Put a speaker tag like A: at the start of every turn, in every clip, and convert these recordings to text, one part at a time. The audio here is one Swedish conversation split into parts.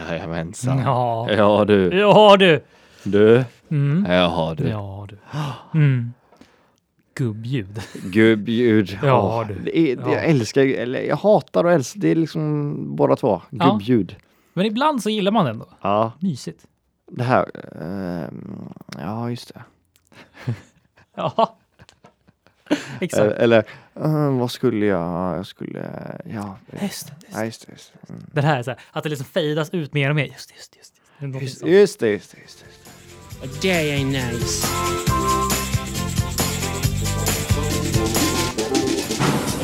A: Jajamensan.
B: Ja.
A: Ja du.
B: Ja du.
A: Du.
B: Mm.
A: Ja du.
B: Ja du. Mm. Gubbljud.
A: Gubbljud.
B: Ja,
A: Åh,
B: du.
A: Det är,
B: Ja.
A: Jag älskar, eller jag hatar och älskar, det är liksom båda två.
B: Ja.
A: Gubbljud.
B: Men ibland så gillar man den då.
A: Ja.
B: Mysigt.
A: Det här, ehm, ja just det.
B: Ja.
A: Eh,
B: Exakt.
A: Eller, eh, vad skulle jag, jag skulle, ja.
B: Just det. Just
A: Ja,
B: det.
A: just det, just det. Mm.
B: Den här, så här, att det liksom fejdas ut mer och mer. Just det, just det, just det. det. är någonting
A: Just,
B: sånt.
A: just det, just det. Just det.
C: A day ain't nice.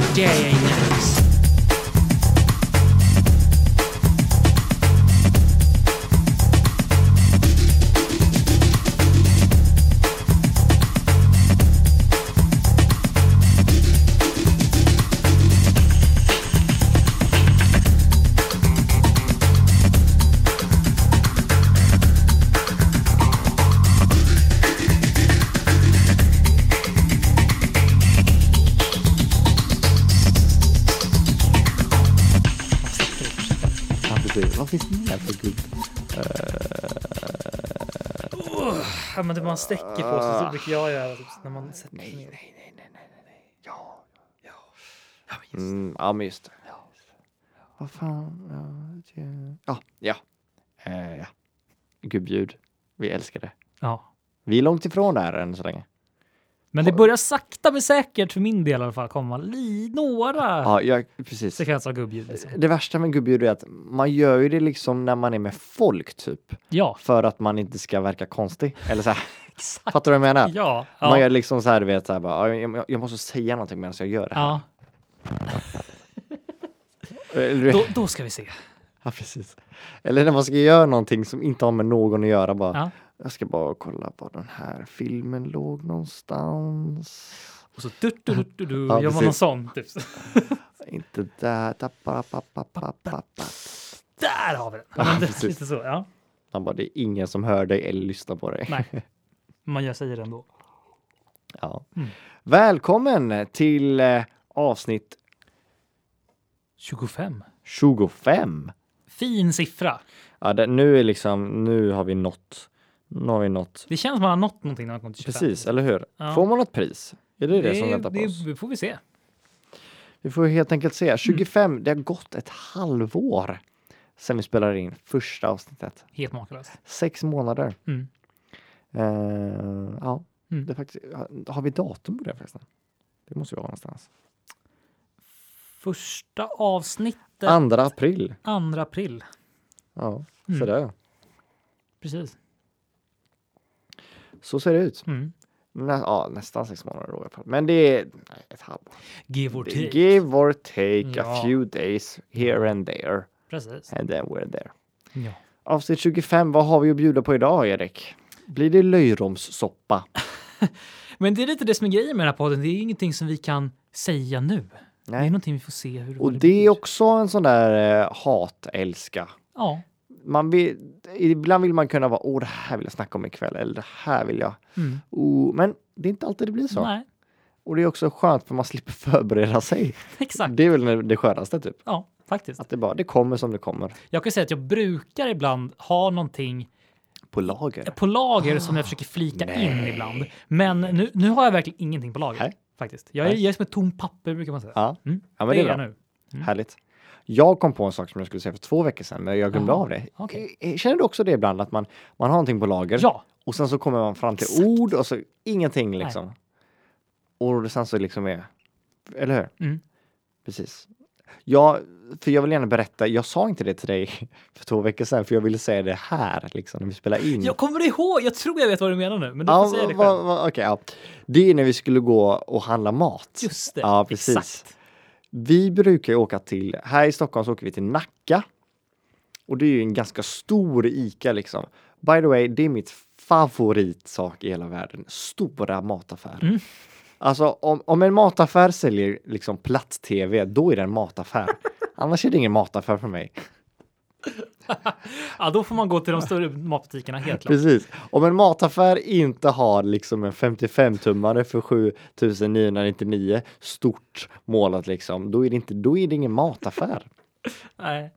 C: A day ain't nice.
A: Ja, precis. Vad finns det mer för gubb?
B: Ja, men det man sträcker på
A: Ah.
B: sig så brukar jag göra typ, när man sätter sig ner.
A: Ja. Ja, men just det. Mm, ja, men just det. Vad fan, ja. det- Ja, ja. Eh, ja. Gubbljud. Vi älskar det.
B: Ja.
A: Vi är långt ifrån där än så länge.
B: Men det börjar sakta men säkert för min del i alla fall komma li- några
A: Ja, jag, precis.
B: sekvenser av gubbljud. Liksom.
A: Det värsta med gubbljud är att man gör ju det liksom när man är med folk typ.
B: Ja,
A: För att man inte ska verka konstig. Eller så här,
B: exakt.
A: fattar du vad jag menar?
B: Ja.
A: Man gör
B: Ja.
A: liksom så här, du vet, så här, bara, jag, jag- jag måste säga någonting medan jag gör det här.
B: ja.
A: Eller, du vet-
B: Då, då ska vi se.
A: ja, precis. Eller när man ska göra någonting som inte har med någon att göra. Bara,
B: Ja.
A: Jag ska bara kolla var den här filmen låg någonstans.
B: Och så du, du, du, du, du,
A: Ja,
B: gör man
A: precis.
B: någon sån. Typ. så.
A: Inte där. Tappa, pappa, pappa, pappa.
B: Där har vi den.
A: Ja,
B: Men det,
A: precis.
B: lite så, ja.
A: Han bara, det är ingen som hör dig eller lyssnar på dig.
B: Nej. Man gör säger det ändå.
A: Ja.
B: Mm.
A: Välkommen till eh, avsnitt
B: 25.
A: 25.
B: Fin siffra.
A: Ja, det, nu är liksom, nu har vi nått, nu har vi nått.
B: Det känns som man har nått någonting när man kommer till 25.
A: Precis, eller hur?
B: Ja.
A: Får man något pris? Är det det, som
B: det,
A: väntar på oss?
B: det får vi se.
A: Vi får helt enkelt se. 25, det har gått ett halvår sedan vi spelade in första avsnittet.
B: Helt makalöst.
A: Sex månader.
B: Mm.
A: Eh, ja,
B: Mm.
A: det är faktiskt, har vi datum på det förresten? Det måste vi ha någonstans.
B: Första avsnittet
A: Andra april.
B: 2 april.
A: Ja,
B: Mm.
A: så det.
B: Precis.
A: Så ser det ut.
B: Mm.
A: Nä, ja, nästan sex månader då i alla fall. Men det är nej, ett halvår.
B: Give or take.
A: Give or take a
B: Ja.
A: few days here and there.
B: Precis.
A: And then we're there.
B: Ja.
A: Avsnitt 25, vad har vi att bjuda på idag Erik? Blir det löjromssoppa?
B: Men det är lite det som är grejen med den här podden. Det är ingenting som vi kan säga nu. Det är
A: Nej.
B: någonting vi får se hur
A: Och
B: vad
A: det är
B: blir.
A: också en sån där eh, hatälska.
B: Ja.
A: Man vill, ibland vill man kunna vara, åh det här vill jag snacka om ikväll, eller det här vill jag.
B: Mm.
A: Oh, men det är inte alltid det blir så.
B: Nej,
A: Och det är också skönt för man slipper förbereda sig.
B: exakt.
A: Det är väl det skönaste typ.
B: Ja, faktiskt.
A: Att det bara, det kommer som det kommer.
B: Jag kan säga att jag brukar ibland ha någonting
A: På lager.
B: på lager som jag försöker flika
A: Ah,
B: in ibland. Men nu, nu har jag verkligen ingenting på lager.
A: Nej.
B: Faktiskt. Jag är,
A: Nej.
B: jag är som ett tomt papper brukar man säga.
A: Ja,
B: Mm.
A: ja men det är
B: jag
A: bra.
B: nu. Mm.
A: Härligt. Jag kom på en sak som jag skulle säga för två veckor sedan, men jag glömde
B: Jaha,
A: av det.
B: okej.
A: Eh, Känner du också det ibland, att man, man har någonting på lager
B: Ja,
A: och sen så kommer man fram till
B: Exakt.
A: ord och så ingenting liksom. Och sen så liksom är... Eller hur?
B: Mm.
A: Precis. Jag, för jag vill gärna berätta, jag sa inte det till dig för två veckor sedan, för jag ville säga det här, liksom, när vi spelar in.
B: jag kommer ihåg. Jag tror jag vet vad du menar nu, men du
A: Ja,
B: får säga det själv.
A: va- va- okej, ja. Det är när vi skulle gå och handla mat.
B: Just det.
A: Ja, precis.
B: Exakt.
A: Vi brukar ju åka till, här i Stockholm så åker vi till Nacka. Och det är ju en ganska stor ICA liksom. By the way, det är mitt favoritsak i hela världen. Stora mataffärer.
B: Mm.
A: Alltså om, om en mataffär säljer liksom platt-tv, då är det en mataffär. Annars är det ingen mataffär för mig.
B: Ja, då får man gå till de större matbutikerna helt klart.
A: Precis. Om en mataffär inte har liksom en 55-tummare för 7999 stort målat liksom, då är det inte, då är det ingen mataffär.
B: Nej.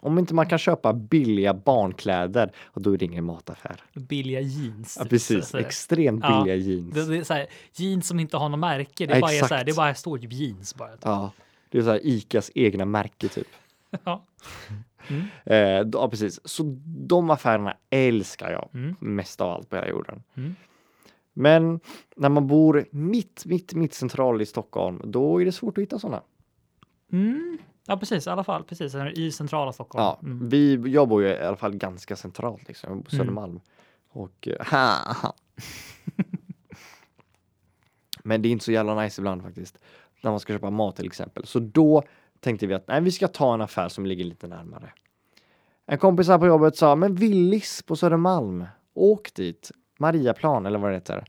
A: Om inte man kan köpa billiga barnkläder, och då är det ingen mataffär.
B: Billiga jeans.
A: Ja,
B: typ,
A: precis,
B: så här.
A: extremt
B: Ja,
A: billiga jeans.
B: Det, det är så här, jeans som inte har något märke. Det,
A: Ja,
B: bara är så här,
A: exakt.
B: det bara står ju jeans bara.
A: Ja, det är så här Icas egna märke typ.
B: Ja.
A: Eh, ja, precis. Så de affärerna älskar jag
B: Mm.
A: mest av allt på hela jorden.
B: Mm.
A: Men när man bor mitt, mitt, mitt central i Stockholm, då är det svårt att hitta sådana.
B: Mm. ja, precis. I alla fall precis, i centrala Stockholm.
A: Ja,
B: Mm.
A: vi, jag bor ju i alla fall ganska centralt, liksom. jag bor på Södermalm. Och, eh, ha, ha. Men det är inte så jävla nice ibland faktiskt, när man ska köpa mat till exempel. Så då tänkte vi att nej, vi ska ta en affär som ligger lite närmare. En kompis här på jobbet sa, men Willys på Södermalm, åk dit, Mariaplan eller vad det heter.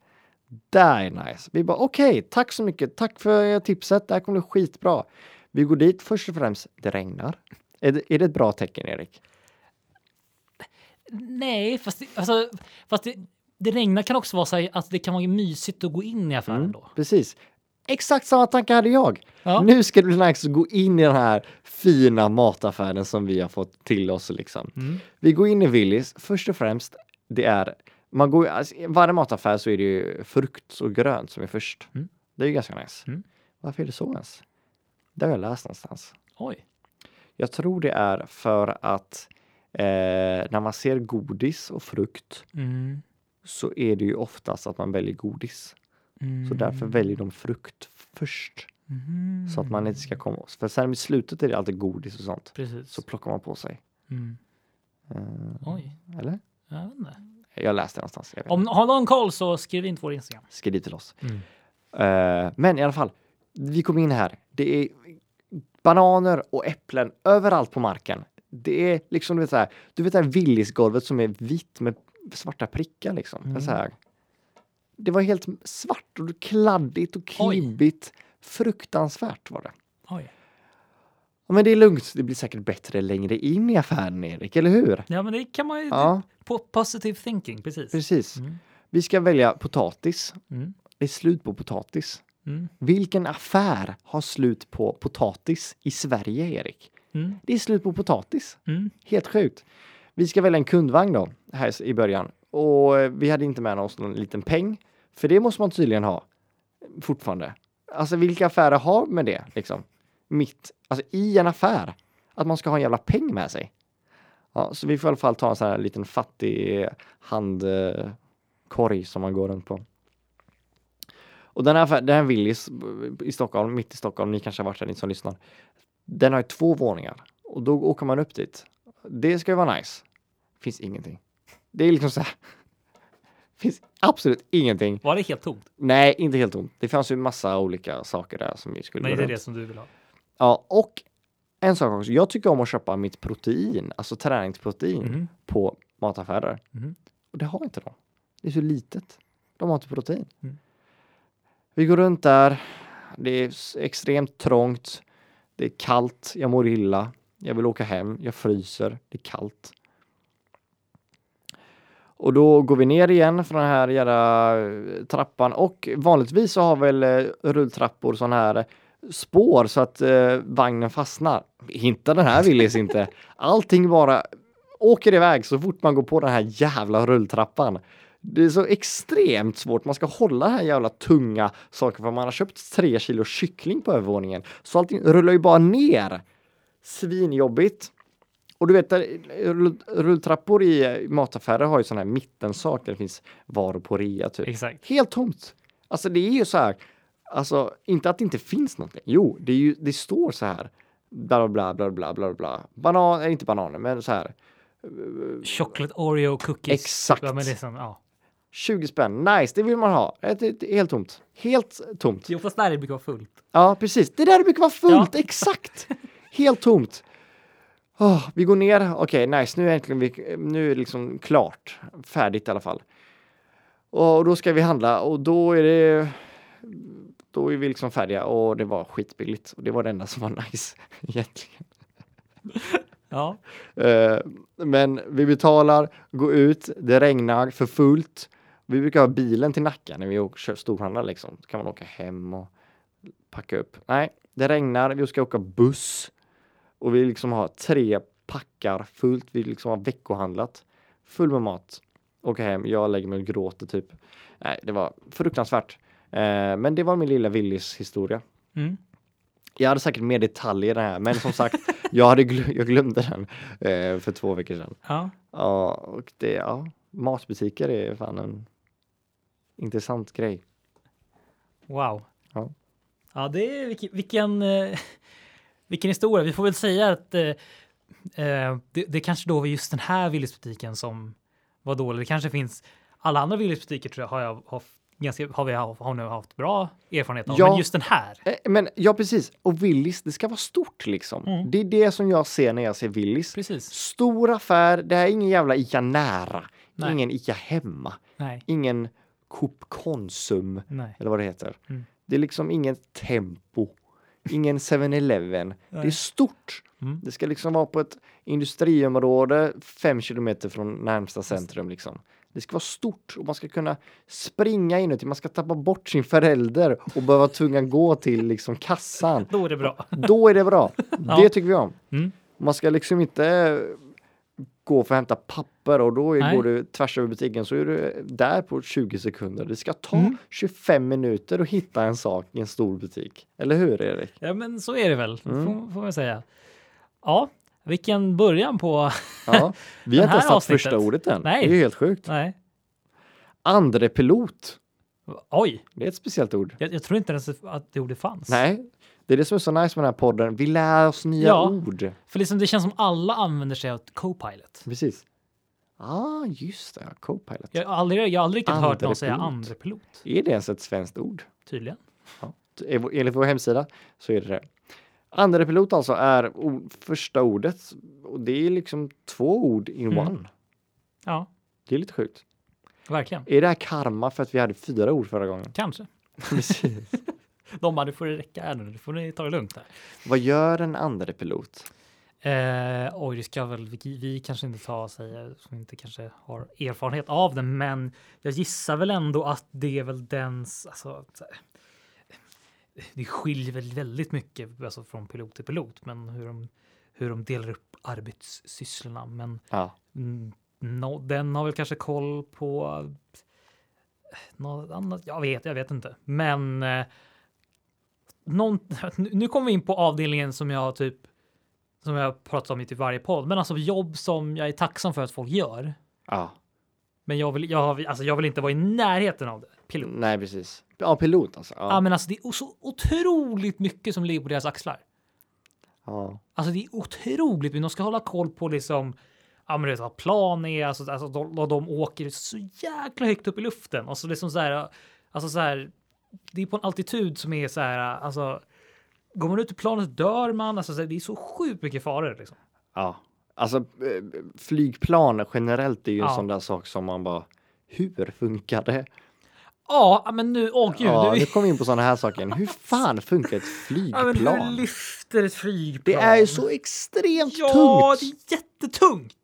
A: Där är nice. Vi bara okej, tack så mycket. Tack för eh, tipset. Det här kommer bli skitbra. Vi går dit först och främst. Det regnar. Är det, är det ett bra tecken, Erik?
B: Nej, fast, det, alltså, fast det, det regnar kan också vara så här, att det kan vara mysigt att gå in i
A: Mm.
B: affären då.
A: Precis. Exakt samma tanke hade jag.
B: Ja.
A: Nu ska det bli nice att gå in i den här fina mataffären som vi har fått till oss. Liksom.
B: Mm.
A: Vi går in i Willys. Först och främst, det är... Man går, alltså, I varje mataffär så är det ju frukt och grönt som är först.
B: Mm.
A: Det är ju ganska nice.
B: Mm.
A: Varför är det så ens? Det har jag läst någonstans.
B: Oj.
A: Jag tror det är för att eh, när man ser godis och frukt
B: Mm.
A: så är det ju oftast att man väljer godis.
B: Mm.
A: Så därför väljer de frukt först.
B: Mm.
A: Så att man inte ska komma För sen i slutet är det alltid godis och sånt.
B: Precis.
A: Så plockar man på sig.
B: Mm.
A: Eh,
B: Oj.
A: eller?
B: Jag vet inte.
A: Jag läste det någonstans. Jag vet.
B: Om har någon koll så skriv in till vår Instagram.
A: Skriv dit till oss.
B: Mm.
A: Eh, men i alla fall, vi kom in här. Det är bananer och äpplen överallt på marken. Det är liksom, du vet så här, du vet det här Willisgolvet som är vitt med svarta prickar liksom.
B: Mm.
A: Så här. Det var helt svart och kladdigt och
B: Oj.
A: klibbigt. Fruktansvärt var det.
B: Oj.
A: Ja, Men det är lugnt, det blir säkert bättre längre in i affären Erik, eller hur?
B: Ja, men det kan man ju...
A: Ja,
B: På positive thinking, precis.
A: precis.
B: Mm.
A: Vi ska välja potatis.
B: Mm.
A: Det är slut på potatis.
B: Mm.
A: Vilken affär har slut på potatis i Sverige, Erik?
B: Mm.
A: Det är slut på potatis.
B: Mm.
A: Helt sjukt. Vi ska välja en kundvagn då, här i början. Och eh, vi hade inte med oss någon liten peng, för det måste man tydligen ha fortfarande. Alltså vilka affärer har med det liksom? Mitt, alltså i en affär, att man ska ha en jävla peng med sig. Ja, så vi får i alla fall ta en sån här liten fattig handkorg som man går runt på. Och den här, affär- den här Willys i Stockholm, mitt i Stockholm, ni kanske har varit där, ni som lyssnar. Den har ju två våningar och då åker man upp dit. Det ska ju vara nice. Finns ingenting. Det är liksom så här. Finns absolut ingenting.
B: Var det helt tomt?
A: Nej, inte helt tomt. Det fanns ju massa olika saker där som vi skulle
B: Nej,
A: gå
B: det är
A: runt.
B: det som du vill ha.
A: Ja, och en sak också. Jag tycker om att köpa mitt protein, alltså träningsprotein,
B: Mm.
A: på mataffärer.
B: Mm.
A: Och det har inte de. Det är så litet. De har inte protein.
B: Mm.
A: Vi går runt där. Det är s- extremt trångt. Det är kallt. Jag mår illa. Jag vill åka hem. Jag fryser. Det är kallt. Och då går vi ner igen från den här jävla eh, trappan och vanligtvis så har väl eh, rulltrappor sån här spår så att eh, vagnen fastnar. Inte den här Willys inte. Allting bara åker iväg så fort man går på den här jävla rulltrappan. Det är så extremt svårt. Man ska hålla den här jävla tunga saken för man har köpt tre kilo kyckling på övervåningen. Så allting rullar ju bara ner. Svinjobbigt. Och du vet, där, rull- rulltrappor i eh, mataffärer har ju sån här mittensak där det finns varor på rea typ.
B: Exakt.
A: Helt tomt. Alltså det är ju så här. Alltså inte att det inte finns någonting. Jo, det, är ju, det står så här. Bla bla bla bla bla bla. Banan, eh, inte bananer, men så här.
B: Chocolate Oreo cookies.
A: Exakt.
B: Ja, men det är som, ja.
A: 20 spänn, nice, det vill man ha. Eh, Det, det, det är helt tomt. Helt tomt.
B: Jo, fast där det brukar vara fullt.
A: Ja, precis. Det där brukar vara fullt, exakt. Helt tomt. Åh, vi går ner, okej, nice, nu är, äntligen vi, nu är det liksom klart. Färdigt i alla fall. Och då ska vi handla och då är det... Då är vi liksom färdiga och det var skitbilligt. Och det var det enda som var nice egentligen.
B: Ja.
A: Eh, men vi betalar, går ut, det regnar för fullt. Vi brukar ha bilen till Nacka när vi åker, kör storhandlar liksom. Då kan man åka hem och packa upp. Nej, det regnar, vi ska åka buss. Och vi liksom har tre packar fullt. Vi liksom har veckohandlat. Full med mat. Åker hem. Jag lägger mig och gråter typ. Nej, det var fruktansvärt. Eh, men det var min lilla Willys historia.
B: Mm.
A: Jag hade säkert mer detaljer i den här, men som sagt, jag, hade glö- jag glömde den eh, för två veckor sedan.
B: Ja.
A: Ja, och det, ja, matbutiker är fan en intressant grej.
B: Wow.
A: Ja.
B: Ja, det är vilken, vilken, eh, vilken historia. Vi får väl säga att eh, eh, det, det kanske då var just den här Willys-butiken som var dålig. Det kanske finns alla andra Willys-butiker tror jag har, jag har, ganska, har vi haft, har nu haft bra erfarenhet av.
A: Ja.
B: Men just den här.
A: Eh, Men ja, precis. Och Willys, det ska vara stort liksom.
B: Mm.
A: Det är det som jag ser när jag ser Willys.
B: Precis.
A: Stor affär, det här är ingen jävla Ica nära,
B: Nej.
A: ingen Ica hemma,
B: Nej,
A: ingen Coop Konsum
B: nej.
A: eller vad det heter.
B: Mm.
A: Det är liksom ingen Tempo, ingen 7-Eleven. Det är
B: Nej.
A: stort.
B: Mm.
A: Det ska liksom vara på ett industriområde fem kilometer från närmsta centrum liksom. Det ska vara stort och man ska kunna springa inuti, man ska tappa bort sin förälder och behöva tvungen gå till liksom kassan.
B: Då är det bra.
A: Då är det bra. Det tycker vi om.
B: Mm.
A: Man ska liksom inte eh, gå för att hämta papper och då är-
B: Nej.
A: går du tvärs över butiken så är du där på 20 sekunder. Det ska ta
B: Mm.
A: 25 minuter att hitta en sak i en stor butik. Eller hur Erik?
B: Ja, men så är det väl,
A: Mm.
B: får, får man säga. Ja, vilken början på...
A: Ja. Vi har
B: Den
A: inte ens
B: här
A: satt första
B: avsnittet.
A: ordet än.
B: Nej.
A: Det är helt sjukt.
B: Nej.
A: Andre pilot.
B: Oj,
A: Det är ett speciellt ord.
B: jag, jag tror inte ens att det ordet fanns.
A: Nej, det är det som är så nice med den här podden. Vi lär oss nya
B: Ja.
A: ord.
B: För liksom det känns som alla använder sig av Copilot.
A: Precis. Ah, just det. Copilot.
B: Jag har aldrig, jag har aldrig riktigt hört någon säga
A: Andrepilot.
B: andrepilot,
A: Är det ens ett svenskt ord?
B: tydligen.
A: enligt vår hemsida så är det det. Andra pilot alltså är o- första ordet och det är liksom två ord in
B: Mm.
A: one.
B: Ja,
A: Det är lite sjukt.
B: verkligen.
A: Är det här karma för att vi hade fyra ord förra gången?
B: Kanske.
A: Precis.
B: De bara, nu får det räcka här nu, nu får ni ta det lugnt här.
A: Vad gör en andra pilot?
B: Eh, oj, det ska väl vi, vi kanske inte ta och säga som inte kanske har erfarenhet av det, men jag gissar väl ändå att det är väl dens, alltså, så här, det skiljer väl väldigt mycket alltså, från pilot till pilot, men hur de, hur de delar upp arbetssysslorna. Men
A: Ja,
B: Mm, nå- den har väl kanske koll på eh, något annat. Jag vet, jag vet inte. Men eh, någon, nu nu kommer vi in på avdelningen som jag typ som jag pratar om i typ varje podd, men alltså jobb som jag är tacksam för att folk gör.
A: ja.
B: Men jag vill, jag, har- alltså jag vill inte vara i närheten av det. Pilot.
A: nej precis. Ja, pilot alltså.
B: Ja,
A: Mm, Ja.
B: men alltså det är så otroligt mycket som ligger på deras axlar.
A: Ja.
B: Alltså det är otroligt, men de ska hålla koll på liksom Ja, men du vet vad plan är, alltså, alltså de, de- de åker så jäkla högt upp i luften och så liksom så här, alltså så här, det är på en altitud som är så här, alltså går man ut i planet dör man, alltså så här, det är så sjukt mycket faror liksom.
A: ja. Alltså eh, flygplan generellt är ju en
B: Ja.
A: sån där sak som man bara hur funkar det?
B: Ja, men nu, åh gud,
A: ja,
B: nu,
A: nu kommer vi in på såna här saker. igen. Hur fan funkar ett
B: ja, men hur
A: flygplan?
B: lyfter ett flygplan?
A: Det är ju så extremt
B: Ja,
A: tungt.
B: det är jättetungt!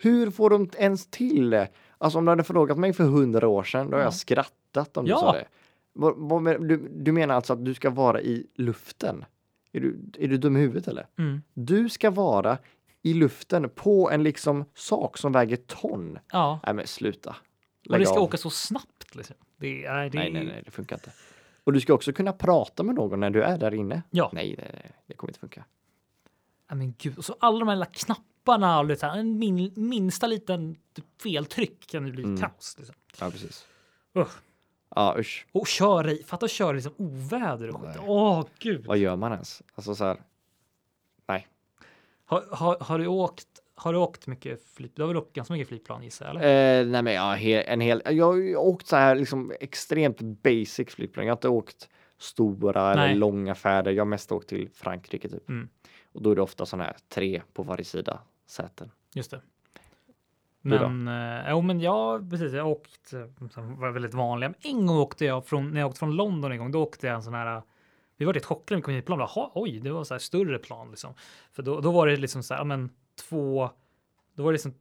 A: Hur får de ens till det? Alltså om du hade frågat mig för hundra år sedan, då har jag skrattat om du
B: Ja.
A: sa det. Vad, vad, men- du, du menar alltså att du ska vara i luften? Är du, är du dum i huvudet eller?
B: Mm.
A: Du ska vara i luften på en liksom sak som väger ton.
B: Ja,
A: Nej men sluta.
B: och
A: Lägg
B: det ska
A: av.
B: åka så snabbt liksom. Det är, det är,
A: Nej, nej, nej, det funkar inte. Och du ska också kunna prata med någon när du är där inne.
B: Ja.
A: Nej, nej, nej, det kommer inte funka.
B: Ja, men gud. Och så alla de här lilla knapparna och lite så här, en min, minsta liten typ feltryck kan det bli kaos. Liksom.
A: Ja, precis.
B: Usch.
A: Ja, usch.
B: Och köra i, fatta att köra i liksom oväder och skit.
A: Nej.
B: Åh gud.
A: Vad gör man ens? Alltså så här. Nej.
B: Har, har, har du åkt? Har du åkt mycket flygplan? Du har väl åkt ganska mycket flygplan gissar jag? Eller?
A: Eh, nej men ja, he- en hel, jag har ju åkt så här liksom extremt basic flygplan. Jag har inte åkt stora eller
B: Nej.
A: långa färder. Jag har mest åkt till Frankrike typ.
B: Mm.
A: Och då är det ofta sådana här tre på varje sida säten.
B: Just det.
A: Du då?
B: Men, eh, jo, men jag, precis, jag har åkt, eh, som var väldigt vanliga. Men en gång åkte jag från, när jag åkte från London en gång, då åkte jag en sån här, eh, vi var rätt chockade när vi kom hit på plan. Jaha, oj, det var så här större plan liksom. För då, då var det liksom så här, ja, men två, då var det liksom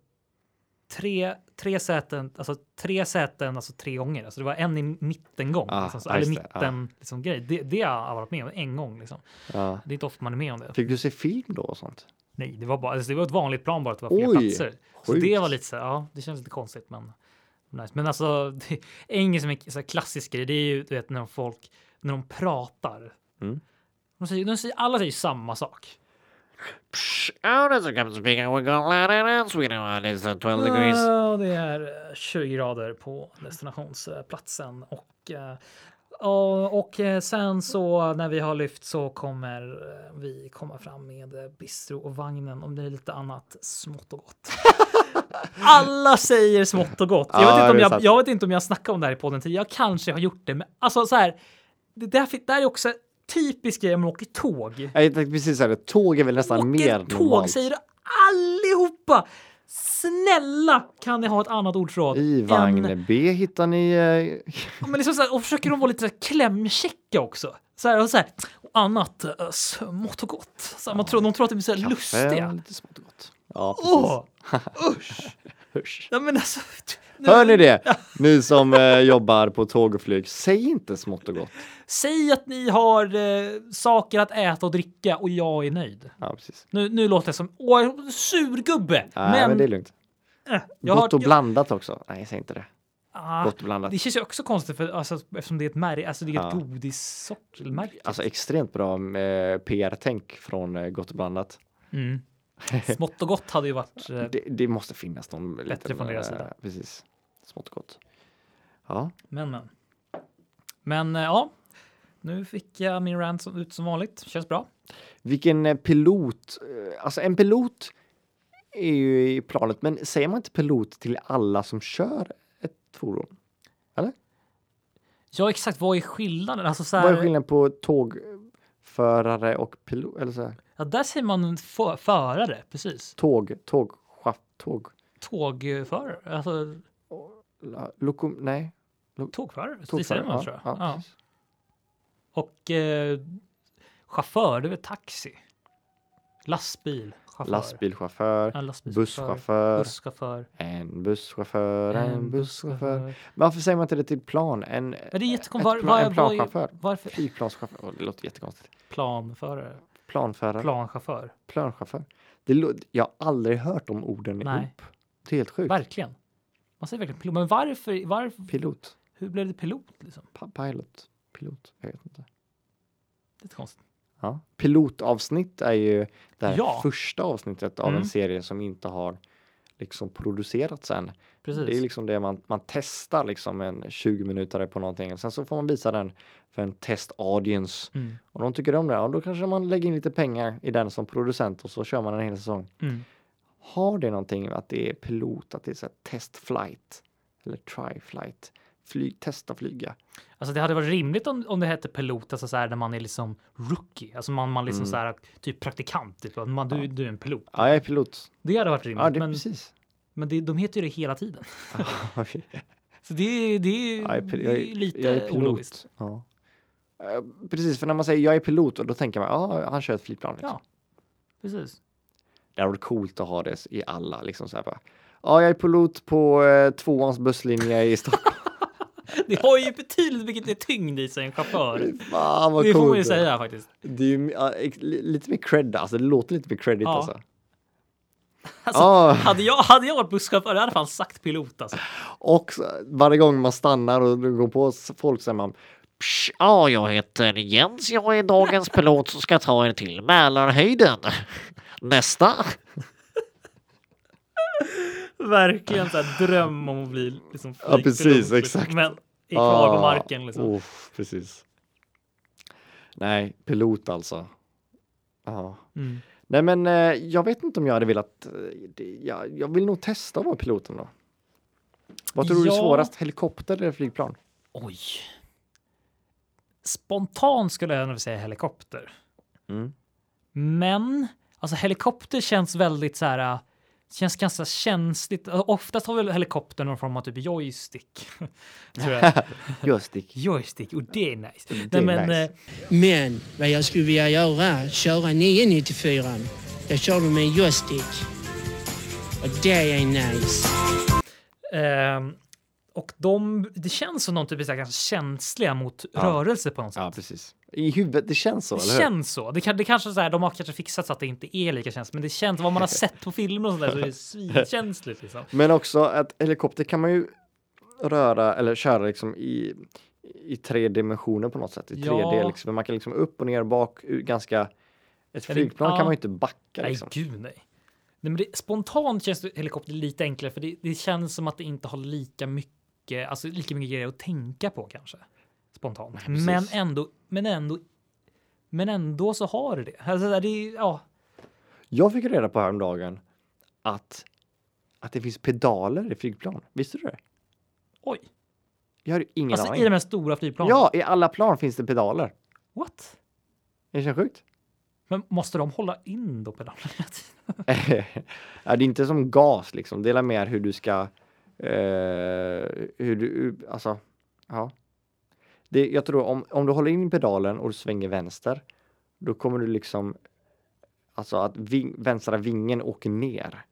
B: tre, tre säten, alltså tre säten, alltså tre gånger. Alltså det var en i mitten gång,
A: Ah,
B: liksom, så,
A: ja,
B: eller
A: just det, ja.
B: mitten liksom, grej. Det, det har jag varit med om en gång liksom.
A: Ja.
B: Det är inte ofta man är med om det.
A: Fick du se film då och sånt?
B: Nej, det var bara alltså, det var ett vanligt plan bara att det var fler
A: Oj,
B: platser. Så
A: sjukt.
B: det var lite så här, ja, det känns lite konstigt, men nice. Men alltså, det, engelska som en så här klassisk grej, det är ju du vet när folk när de pratar.
A: Mm.
B: De säger, de säger, alla säger samma sak.
D: Oh, that's a cup of speaking. We got louder and sweeter. Oh, It's uh, 12 degrees.
B: Ja, det är eh, 20 grader på destinationsplatsen och eh, ja, och eh, sen så när vi har lyft så kommer eh, vi komma fram med eh, bistro och vagnen om det är lite annat smått och gott. Alla säger smått och gott. Jag
A: Ja,
B: vet, inte
A: det
B: om
A: är
B: jag,
A: sant.
B: jag vet inte om jag snackar om det här i podden tidigare. Jag kanske har gjort det, men alltså så här. Det där, fi- där är också typiskt grej om man åker tåg.
A: Jag tänkte precis säga det, tåg är väl nästan mer
B: Åker tåg
A: normalt.
B: säger allihopa. Snälla kan ni ha ett annat ordförråd?
A: I
B: än-
A: vagn B hittar ni... Eh,
B: Ja, Men liksom så här, och försöker de vara lite så här klämkäcka också. Så här, och så här, och annat uh, smått och gott. Så här, man tror, de tror att de är så här
A: kaffe och
B: lustiga.
A: lite smått och gott. Ja, precis.
B: Åh! Usch!
A: Usch.
B: Ja, men alltså, nu,
A: Hör ni det? Ni som eh, jobbar på tåg och flyg, säg inte smått och gott.
B: Säg att ni har eh, saker att äta och dricka och jag är nöjd.
A: Ja, precis.
B: Nu, nu låter jag som åh, surgubbe.
A: Nej, men, det är lugnt.
B: eh, jag har-
A: Gott och blandat också. Nej, säg inte det.
B: Ah,
A: Gott och blandat.
B: Det känns ju också konstigt för, alltså, eftersom det är ett, märke, alltså, det är ett
A: Ja.
B: godissort. eller märke.
A: Alltså extremt bra eh, PR-tänk från eh, Gott och blandat.
B: Mm. Smått och gott hade ju varit... eh,
A: Det, det måste finnas någon
B: från deras
A: eh,
B: sida.
A: Precis. Smått och gott. Ja,
B: Men, men. Men eh, ja, nu fick jag min rant som- ut som vanligt. Känns bra.
A: vilken eh, pilot. eh, Alltså en pilot är ju i planet, men säger man inte pilot till alla som kör ett fordon?
B: Ja, exakt. Vad är skillnaden? Alltså, så
A: Vad är
B: här,
A: skillnaden på tågförare och pilot? Eller så här,
B: ja, där säger man fö- förare, precis.
A: tåg, tåg, schaff, tåg,
B: Tågförare, alltså
A: la- lokom, nej.
B: tågförare. Tågförare det
A: Tågförare.
B: säger man, tror jag. Ja.
A: precis.
B: Och eh, chaufför, det är väl taxi? Lastbil, chaufför.
A: Lastbilschaufför,
B: Ja, lastbilschaufför.
A: busschaufför,
B: Busschaufför.
A: en busschaufför, en
B: En
A: busschaufför.
B: busschaufför.
A: Varför säger man inte det till plan? En,
B: Ja, det är jättekonstigt.
A: ett
B: Var,
A: plan-
B: var,
A: en
B: var,
A: planchaufför.
B: varför?
A: Flygplanschaufför. Åh, det låter jättekonstigt.
B: Planförare?
A: Planförare,
B: Planchaufför?
A: planchaufför. Det lå- jag har aldrig hört de orden
B: Nej.
A: ihop. Det är helt sjukt.
B: Verkligen. Man säger verkligen pilot. Men varför? varför
A: Pilot,
B: hur blev det pilot? Liksom?
A: pa- pilot, pilot. Jag vet inte.
B: Lite konstigt.
A: Ja. Pilotavsnitt är ju det här
B: Ja.
A: första avsnittet av
B: Mm.
A: en serie som inte har liksom producerats än.
B: Precis.
A: Det är liksom det man, man testar liksom en 20 minuter på någonting. Sen så får man visa den för en test audience.
B: mm.
A: Om de tycker om det, ja, då kanske man lägger in lite pengar i den som producent och så kör man en hel säsong.
B: Mm.
A: Har det någonting att det är pilot, att det är så här test flight eller try flight? Flyg, testa flyga.
B: Alltså det hade varit rimligt om, om det hette pilot, alltså så här när man är liksom rookie, alltså man, man liksom
A: Mm.
B: så här typ praktikant, typ. att Man, du, du är en pilot.
A: Ja, jag är pilot.
B: Det hade varit rimligt,
A: Ja, det är
B: men,
A: precis.
B: men det, de heter ju det hela tiden.
A: Ja, vi-
B: Så det, är- det, är-
A: jag är, pil-
B: det
A: jag
B: är
A: är,
B: ju lite
A: jag är
B: ologiskt.
A: pilot. Ja. Eh, Precis, för när man säger jag är pilot och då tänker man ja, han kör ett flygplan. Liksom.
B: Ja. Precis.
A: Det hade varit coolt att ha det i alla. Liksom så här bara, ja, jag är pilot på eh, tvåans busslinje i Stockholm.
B: Det har ju betydligt mycket mer tyngd i sig än chaufför.
A: Fan vad
B: Det får man ju
A: coolt. Det,
B: säga faktiskt.
A: det är ju ja, ex- li- lite mer cred, alltså det låter lite mer credit
B: Ja.
A: alltså.
B: Alltså,
A: Ah.
B: hade, jag, hade jag varit busschaufför, jag hade fan sagt pilot alltså.
A: Och så- varje gång man stannar och går på s- folk säger man
D: Psh, Ja, jag heter Jens. Jag är dagens pilot som ska ta er till Mälarhöjden. Nästa.
B: Verkligen så här dröm om att bli liksom
A: Ja, precis,
B: flygpilot, liksom.
A: exakt.
B: Men är kvar på
A: "Ah,
B: marken liksom.
A: oh, precis. Nej, pilot alltså. Ja.
B: Mm.
A: Nej men eh, jag vet inte om jag hade velat, eh, det, jag, jag vill nog testa att vara piloten då. Vad tror du är
B: Ja.
A: svårast, helikopter eller flygplan?
B: Oj. Spontant skulle jag nog säga helikopter.
A: Mm.
B: Men alltså helikopter känns väldigt så här. äh, Känns ganska känsligt. Ö, Oftast har väl helikopter någon form av typ joystick. Tror jag.
A: Joystick.
B: joystick och det är nice.
A: Mm, är
B: Nej, men,
A: nice.
B: eh,
C: Men vad jag skulle vilja göra, köra 994. Jag kör dem med en joystick. Och det är nice.
B: Ehm, och de, det känns som de typ är så här ganska känsliga mot
A: Ja.
B: rörelse på något sätt.
A: Ja precis. I huvudet, det känns så,
B: Det
A: eller hur?
B: känns så. Det, kan, det kanske är så här, de har kanske fixat så att det inte är lika känsligt, men det känns vad man har sett på filmer och sådär så är det svinkänsligt liksom.
A: Men också att helikopter kan man ju röra eller köra liksom i, i tre dimensioner på något sätt. I 3D
B: Ja.
A: liksom. Men Man kan liksom upp och ner, bak, u- ganska... Ett
B: Ja, det-
A: flygplan
B: ja.
A: kan man ju inte backa liksom.
B: Nej, gud nej. nej men det, spontant känns det- helikopter lite enklare för det, det känns som att det inte har lika mycket, alltså lika mycket grejer att tänka på kanske. Spontant.
A: precis.
B: men ändå, men ändå, men ändå så har det det. Alltså, det är- ja,
A: Jag fick reda på häromdagen att, att det finns pedaler i flygplan. Visste du det?
B: oj.
A: Jag har ingen
B: Alltså i
A: aning.
B: de här stora flygplanen.
A: ja, i alla plan finns det pedaler.
B: What?
A: Det känns sjukt.
B: Men måste de hålla in då pedalerna hela tiden?
A: ja, det är inte som gas liksom. Det är mer hur du ska... Eh, hur du... Alltså, ja. Det, jag tror om, om du håller in pedalen och du svänger vänster, då kommer du liksom... Alltså att ving, vänstra vingen åker ner.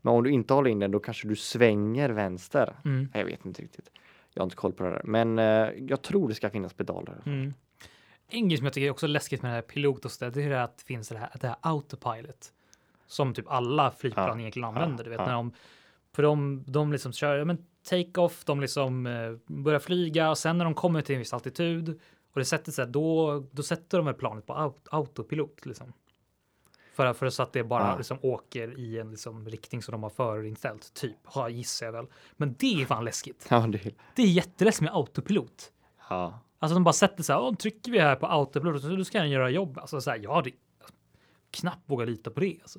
A: Men om du inte håller in den, då kanske du svänger vänster.
B: Mm.
A: Jag vet inte riktigt. Jag har inte koll på det där. Men eh, jag tror det ska finnas pedaler.
B: Mm. En grej som jag tycker är också läskigt med det här pilot och så där, det är det här att det finns det här, det här autopilot. Som typ alla flygplan
A: Ja,
B: egentligen
A: ja,
B: använder. du vet,
A: ja.
B: när de, för de, de liksom kör, ja, men take-off, de liksom eh, börjar flyga och sen när de kommer till en viss altitud och det sätter sig, då, då sätter de här planet på aut- autopilot. Liksom. För, att- för så att det bara
A: Ja.
B: liksom åker i en liksom riktning som de har förinställt, typ, har gissar jag väl. Men det är fan läskigt.
A: Ja, det,
B: Det är jätteläskigt med autopilot.
A: ja.
B: Alltså de bara sätter så här, "Åh, trycker vi här på autopilot så då ska den göra jobb. Alltså så här, jag hade knappt vågat lita på det. Alltså.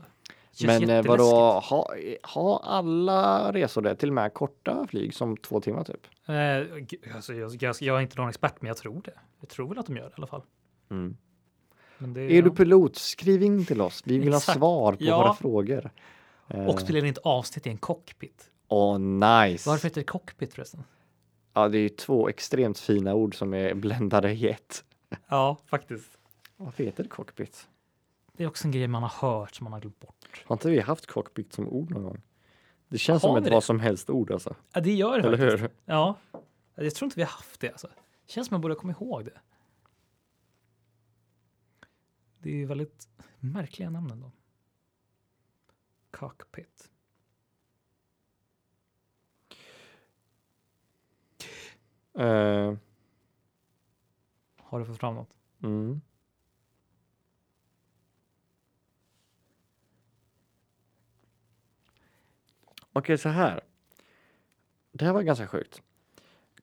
B: Känns
A: Men eh,
B: jätteläskigt.
A: vadå, ha, ha alla resor det? Till och med korta flyg som två timmar typ?
B: Eh, g- alltså, jag, jag, jag är inte någon expert, men jag tror det. Jag tror väl att de gör det i alla fall. Mm. Men det,
A: Är du pilot? Skriv in till oss. Vi vill ha
B: Exakt.
A: svar på
B: Ja.
A: våra frågor. Eh,
B: Och spelar inte avsnitt i en cockpit.
A: Åh, nice!
B: Varför heter det cockpit förresten?
A: Ja, det är ju två extremt fina ord som är bländade i ett.
B: Ja, faktiskt.
A: Varför heter det cockpit?
B: Det är också en grej man har hört som man har glömt bort.
A: Har inte vi haft cockpit som ord någon gång? Det känns
B: Har
A: som
B: vi
A: ett
B: det?
A: vad som helst ord alltså.
B: Ja, det gör det
A: Eller
B: faktiskt.
A: hur?
B: Ja, jag tror inte vi har haft det. Alltså. Känns som jag borde komma ihåg det. Det är väldigt märkliga namn ändå. Cockpit.
A: Eh,
B: Har du fått fram något?
A: mm. Okej, så här. Det här var ganska sjukt.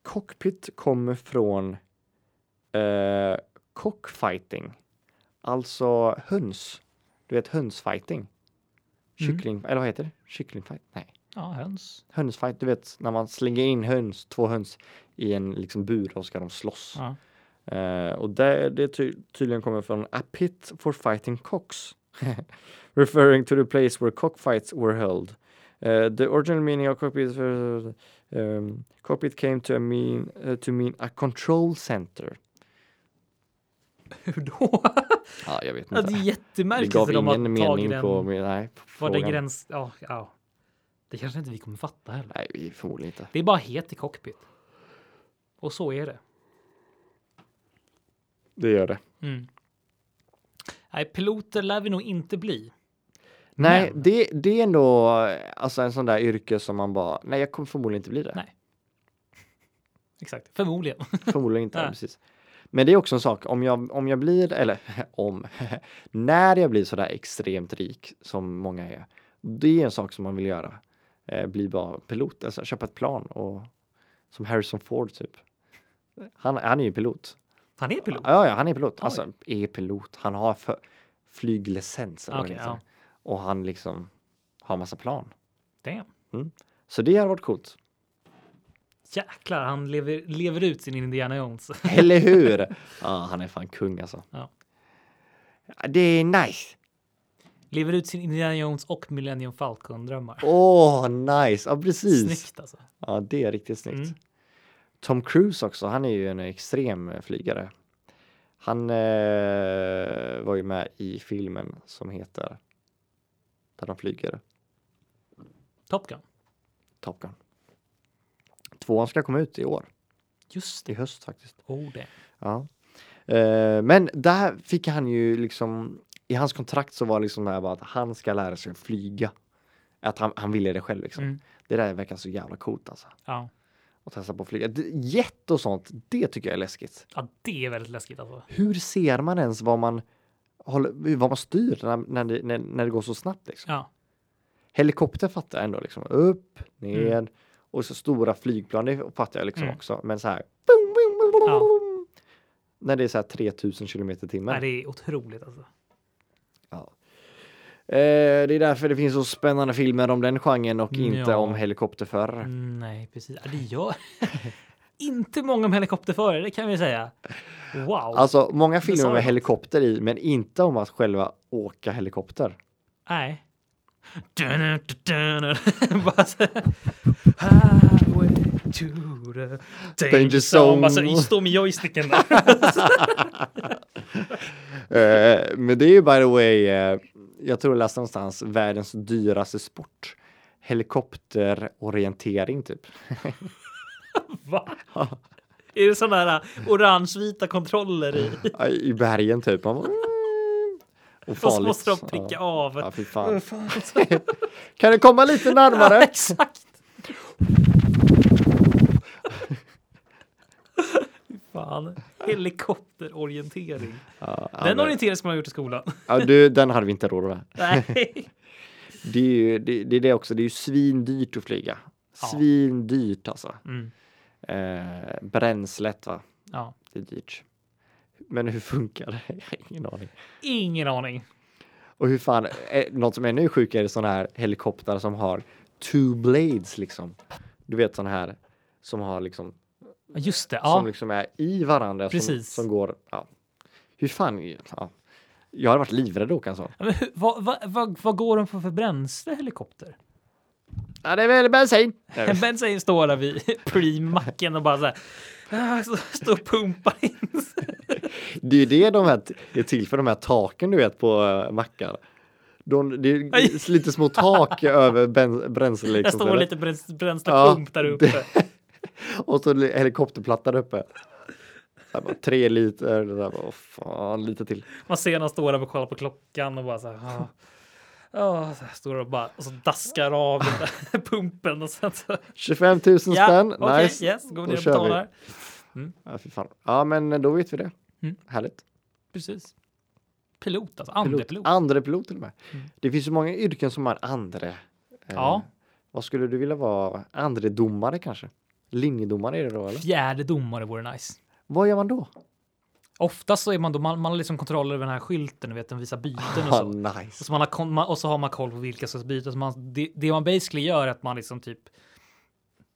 A: Cockpit kommer från eh, cockfighting, alltså höns. Du vet hönsfighting. Kyckling, eller vad heter det? Kycklingfight? Nej,
B: Ja, höns.
A: hönsfight. Du vet när man slänger in höns, två höns i en liksom bur och ska de slåss.
B: Ja.
A: Eh, och det, det ty tydligen kommer från a pit for fighting cocks. Referring to the place where cockfights were held. Eh, the original meaning of cockpit, uh, um, cockpit came to, a mean, eh, to mean a control center.
B: Hur då?
A: Ja, jag vet
B: Ja, det
A: inte.
B: är
A: Det
B: jättemärkligt
A: gav
B: hur de har
A: ingen
B: tagit
A: mening
B: den.
A: på, min- nej, på
B: var det
A: frågan.
B: gräns? Ja, ja. Det kanske inte vi kommer fatta heller.
A: Nej, vi- förmodligen inte.
B: Det är bara het i cockpit. Och så är det.
A: Det gör det.
B: Mm. Nej, piloter lär vi nog inte bli.
A: Nej,
B: Men-
A: det, det är ändå eh, alltså en sån där yrke som man bara, nej jag kommer förmodligen inte bli det.
B: Nej. Exakt, förmodligen.
A: Förmodligen inte,
B: Nej.
A: precis. Men det är också en sak, om jag, om jag blir, eller om, när jag blir sådär extremt rik som många är, det är en sak som man vill göra. Eh, bli bara pilot, alltså köpa ett plan och som Harrison Ford typ. Han, han är ju pilot.
B: Han är pilot.
A: Ja, ja, han är pilot. Alltså, är pilot. Han har för, flyglicens. eller vad det
B: Okej,
A: heter.
B: ja.
A: Och han liksom har massa plan.
B: Damn.
A: Så det har varit coolt.
B: Jäklar, han lever, lever ut sin Indiana Jones.
A: Eller hur? Ja, han är fan kung alltså.
B: Ja.
A: Ja, Det är nice.
B: lever ut sin Indiana Jones och Millennium Falcon-drömmar.
A: Åh, nice. Ja, precis.
B: Snyggt alltså.
A: Ja, det är riktigt snyggt.
B: Mm.
A: Tom Cruise också, han är ju en extrem eh, flygare. Han eh, var ju med i filmen som heter Där de flyger,
B: Top Gun.
A: Top Gun. Tvåan ska komma ut i år,
B: Just det.
A: i höst faktiskt.
B: Oh, det.
A: Ja. Eh, men där fick han ju liksom, i hans kontrakt så var det liksom det här bara att han ska lära sig att flyga. Att han, han ville det själv liksom.
B: Mm.
A: Det där verkar så jävla coolt alltså.
B: Ja.
A: Att testa på att flyga. D- Jet och sånt, det tycker jag är läskigt.
B: ja, det är väldigt läskigt alltså.
A: Hur ser man ens vad man, håller, vad man styr när, när, det, när, när det går så snabbt? Liksom?
B: Ja,
A: Helikopter fattar jag ändå liksom. Upp, ner
B: Mm.
A: och så stora flygplan, det fattar jag liksom
B: Mm.
A: också. Men så här. Boom, boom, boom, boom,
B: Ja.
A: boom. När det är så här 3000 kilometer i timmen.
B: Nej, det är otroligt alltså.
A: Ja. Eh, det är därför det finns så spännande filmer om den genren och inte
B: Ja. Mm.
A: om helikopterförare.
B: Nej, precis. Ja, det gör inte många om helikopterförare, det kan vi säga. Wow.
A: Alltså många
B: sa
A: filmer
B: jag
A: med
B: något.
A: helikopter i, men inte om att själva åka helikopter.
B: Nej. Dun, dun, dun, dun. Bara så här. Highway to the danger zone.
A: zone.
B: Alltså, stå med joysticken där.
A: Eh, men det är ju by the way, eh, jag tror jag läste någonstans, världens dyraste sport. Helikopterorientering typ.
B: Va? Är det sådana här äh, orangevita kontroller i?
A: Ja, I bergen typ. Man bara, mm. och
B: Och så
A: farligt.
B: måste de pricka
A: ja.
B: av.
A: Ja, fy fan. Kan du komma lite
B: Ja,
A: närmare?
B: exakt. Fy Fan. Helikopterorientering.
A: Ja, ja,
B: Den
A: men-
B: orientering som man har gjort i skolan.
A: ja, du, den hade vi inte råd med.
B: Nej.
A: Det är ju det, det, är det också. Det är ju svindyrt att flyga.
B: Ja.
A: Svindyrt alltså.
B: Mm.
A: Eh, bränslet va?
B: Ja.
A: Det är dyrt. Men hur funkar det? Jag har ingen aning.
B: Ingen aning.
A: Och hur fan, eh, något som är ännu sjukare är sådana här helikoptrar som har two blades liksom. Du vet sådana här som har liksom,
B: Ja, Just det. Ja.
A: som liksom är i varandra.
B: Precis.
A: Som, som går, ja. Hur fan, ja. Jag hade varit livrädd att åka en sån.
B: Ja, Men hur, vad, vad, vad, vad går de för för bränsle helikopter?
A: Ja, det är väl bensin.
B: En bensin står där vid pre-macken och bara så här. ah, så- Står och pumpar in.
A: Det är ju det de här är till för, de här taken du vet på uh, mackar. De, det
B: Aj.
A: är lite små tak över ben, bränsle.
B: Det
A: Liksom,
B: står
A: eller?
B: lite bräns- bränslepump där
A: det-
B: uppe.
A: Och så li- helikopterplatta där uppe. Så här bara, tre liter, så här bara, åh, fan, lite till.
B: Man ser när han står där och kollar på klockan och bara så här. Ah. ah, så här står och bara och så daskar av den där pumpen och sen så.
A: 25 000
B: Ja,
A: spänn,
B: okej, okay,
A: nice.
B: yes, går
A: Då
B: ner och
A: kör vi.
B: betalar.
A: Ja, fy fan. ja, men eh, då vet vi det.
B: Mm.
A: Härligt.
B: Precis. Pilot alltså, andepilot.
A: Andre pilot till och med. Det finns ju många yrken som har andre. eh,
B: Ja.
A: Vad skulle du vilja vara? Andre domare kanske? Linjedomare är det då eller?
B: Fjärde domare vore nice.
A: Vad gör man då?
B: Oftast så är man då, man, man har liksom kontroll över den här skylten, du vet den visar byten och
A: Ah,
B: så.
A: nice.
B: Och så, man har, kon- man- och så har man koll på vilka sorts byten. Så man, det, det man basically gör är att man liksom typ.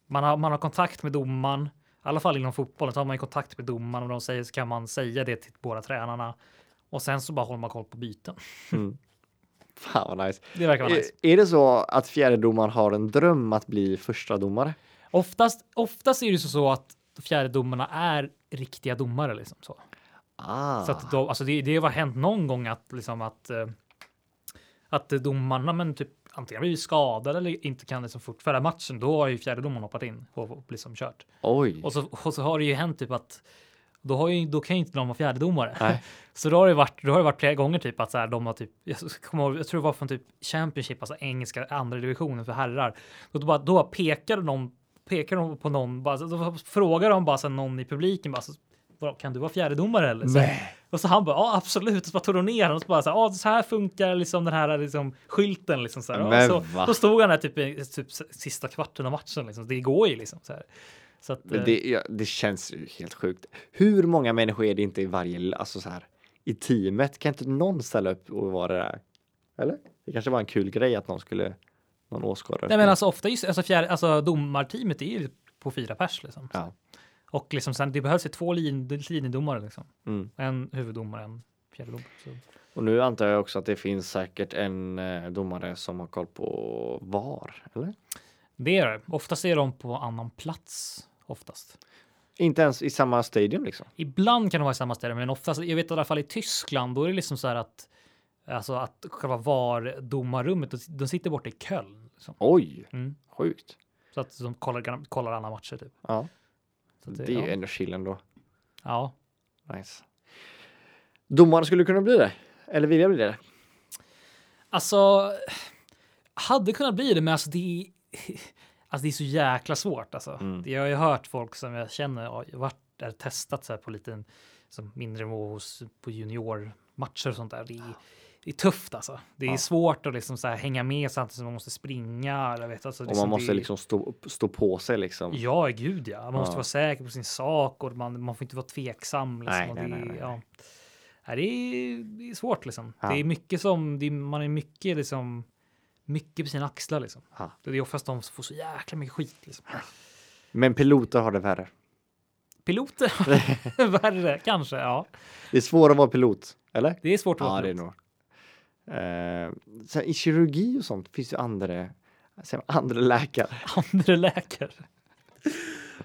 B: Man har, man har kontakt med domaren, i alla fall inom fotbollen, så har man ju kontakt med domaren och de säger så kan man säga det till båda tränarna. Och sen så bara håller man koll på byten.
A: Fan vad nice.
B: Det verkar vara nice.
A: Är, är det så att fjärdedomaren har en dröm att bli första domare?
B: Oftast, oftast är det ju så, så att fjärde domarna är riktiga domare liksom så.
A: Ah.
B: Så att de, alltså det, det har hänt någon gång att liksom att eh, att domarna men typ antingen blivit skadade eller inte kan liksom fortföra matchen. Då har ju fjärde domaren hoppat in och liksom kört.
A: Ah, Oj.
B: Och så, och så har det ju hänt typ att då, har ju, då kan ju inte de vara fjärdedomare.
A: Nej.
B: Så då har det varit, då har det varit flera gånger typ att så här, de har typ, jag, s- kommer ihåg- jag tror det var från typ Championship, alltså engelska andra divisionen för herrar. Och då, bara, då pekade de, pekade de på någon, bara, så- då frågade de bara så här, någon i publiken, bara, så, "Vadå, kan du vara fjärdedomare eller? Så, och så han bara, ja absolut, och så bara tog de ner honom och så bara så här, ja så här funkar liksom den här liksom, skylten liksom. Så här.
A: Men
B: och så,
A: va?
B: då stod han där typ, i- typ sista kvarten av matchen liksom, det går ju liksom. Så här. Så att, eh,
A: Men det, ja, det känns ju helt sjukt. Hur många människor är det inte i varje, alltså så här, i teamet? Kan inte någon ställa upp och vara det där? Eller? Det kanske var en kul grej att någon skulle, någon åskådare.
B: Nej men alltså ofta just, alltså, fjär, alltså domarteamet är ju på fyra pers liksom.
A: Ja.
B: Och liksom sen, det behövs ju två lin, linjedomare liksom.
A: Mm.
B: En huvuddomare, en fjärdedomare. Så.
A: Och nu antar jag också att det finns säkert en eh, domare som har koll på VAR, eller?
B: Det är det. Oftast är de på annan plats. Oftast.
A: Inte ens i samma stadion liksom.
B: Ibland kan de vara i samma ställe, men oftast, jag vet i alla fall i Tyskland, då är det liksom så här att alltså att själva VAR-domarrummet, de- de sitter borta i Köln. Liksom.
A: Oj,
B: Mm.
A: sjukt.
B: Så att de kollar, kollar alla matcher typ.
A: Ja,
B: Så att
A: det är ju
B: ja.
A: ändå chill ändå.
B: ja,
A: Nice. Domaren skulle kunna bli det. Eller vilja bli det.
B: Alltså, hade kunnat bli det, men alltså det, är- alltså det är så jäkla svårt. Alltså.
A: Mm.
B: Det- Jag har ju hört folk som jag känner har varit där testat så här på lite som mindre nivå hos, på juniormatcher och sånt där. Det är, det är tufft alltså. Det är svårt att liksom så här hänga med samtidigt som man måste springa. Eller vet, alltså,
A: Och man måste
B: det,
A: liksom stå, stå på sig liksom.
B: Ja, gud ja. Man måste
A: Ja.
B: vara säker på sin sak och man, man får inte vara tveksam. Liksom.
A: Nej,
B: och
A: nej,
B: det,
A: nej, nej.
B: Ja. Nej, det, är, det är svårt liksom.
A: Ja.
B: Det är mycket som, det är, man är mycket liksom, mycket på sina axlar liksom.
A: Ja.
B: Det är oftast de som får så jäkla mycket skit. Liksom.
A: Men piloter har det värre.
B: Piloter har värre kanske, ja.
A: Det är svårare att vara pilot, eller?
B: Det är svårt att
A: Ja,
B: vara
A: det är
B: pilot.
A: nog. Eh, sen I kirurgi och sånt finns ju andra, sen andra läkare.
B: Andra läkare.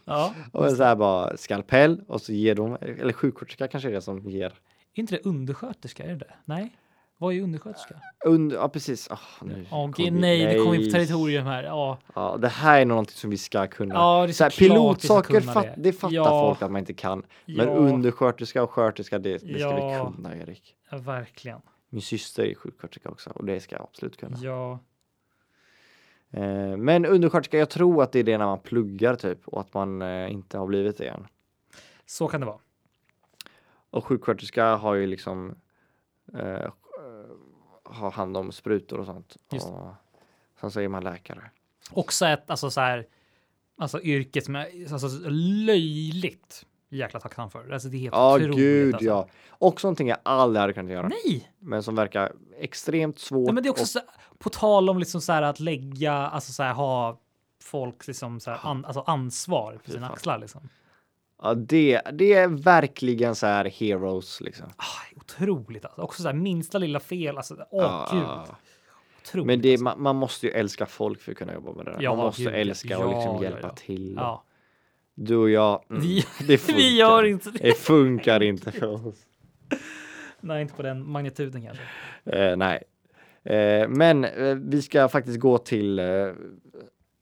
B: Ja,
A: Och så här bara skalpell och så ger de, eller sjuksköterska kanske är det som ger.
B: är inte det undersköterska? Är det det? Nej, vad är undersköterska?
A: Und, ja, precis. Ah, nu
B: Åh,
A: kom vi-
B: nej, det kommer in på territorium här. Ja,
A: Ja, det här är någonting som vi ska kunna.
B: Ja, det är
A: så här,
B: såklart vi ska
A: pilotsaker,
B: kunna
A: fatt,
B: det.
A: det. fattar
B: Ja.
A: folk att man inte kan. Men
B: Ja.
A: undersköterska och sköterska, det, det ska
B: Ja.
A: vi kunna, Erik.
B: ja, verkligen.
A: Min syster är sjuksköterska också och det ska jag absolut kunna.
B: Ja,
A: Eh, men undersköterska, jag tror att det är det när man pluggar typ och att man eh, inte har blivit det än.
B: så kan det vara.
A: Och sjuksköterska har ju liksom eh, eh, har hand om sprutor och sånt.
B: Just det.
A: Och sen så är man läkare.
B: Också ett alltså så här, alltså yrket som är alltså, löjligt jäkla tacksam för. Alltså det är helt
A: Ja,
B: otroligt.
A: gud
B: alltså.
A: ja. Också någonting jag aldrig hade kunnat göra.
B: Nej,
A: Men som verkar extremt svårt.
B: nej, men det är också så, på tal om liksom så här att lägga, alltså så här ha folk liksom så här, an, alltså ansvar på sina
A: fan.
B: axlar liksom.
A: och, ja, det, det är verkligen så här heroes liksom.
B: Ah, otroligt alltså. Också så här minsta lilla fel, alltså åh
A: Ja.
B: gud. Otroligt.
A: Ah. Men det,
B: alltså.
A: man, man måste ju älska folk för att kunna jobba med det där.
B: Ja,
A: man måste
B: gud, ja.
A: älska och liksom
B: Ja, ja,
A: hjälpa
B: ja.
A: till.
B: ja.
A: Du och jag, mm,
B: Vi-
A: det funkar.
B: vi gör inte det.
A: det. funkar inte för oss.
B: Nej, inte på den magnituden kanske.
A: Eh, nej. Eh, men eh, vi ska faktiskt gå till eh,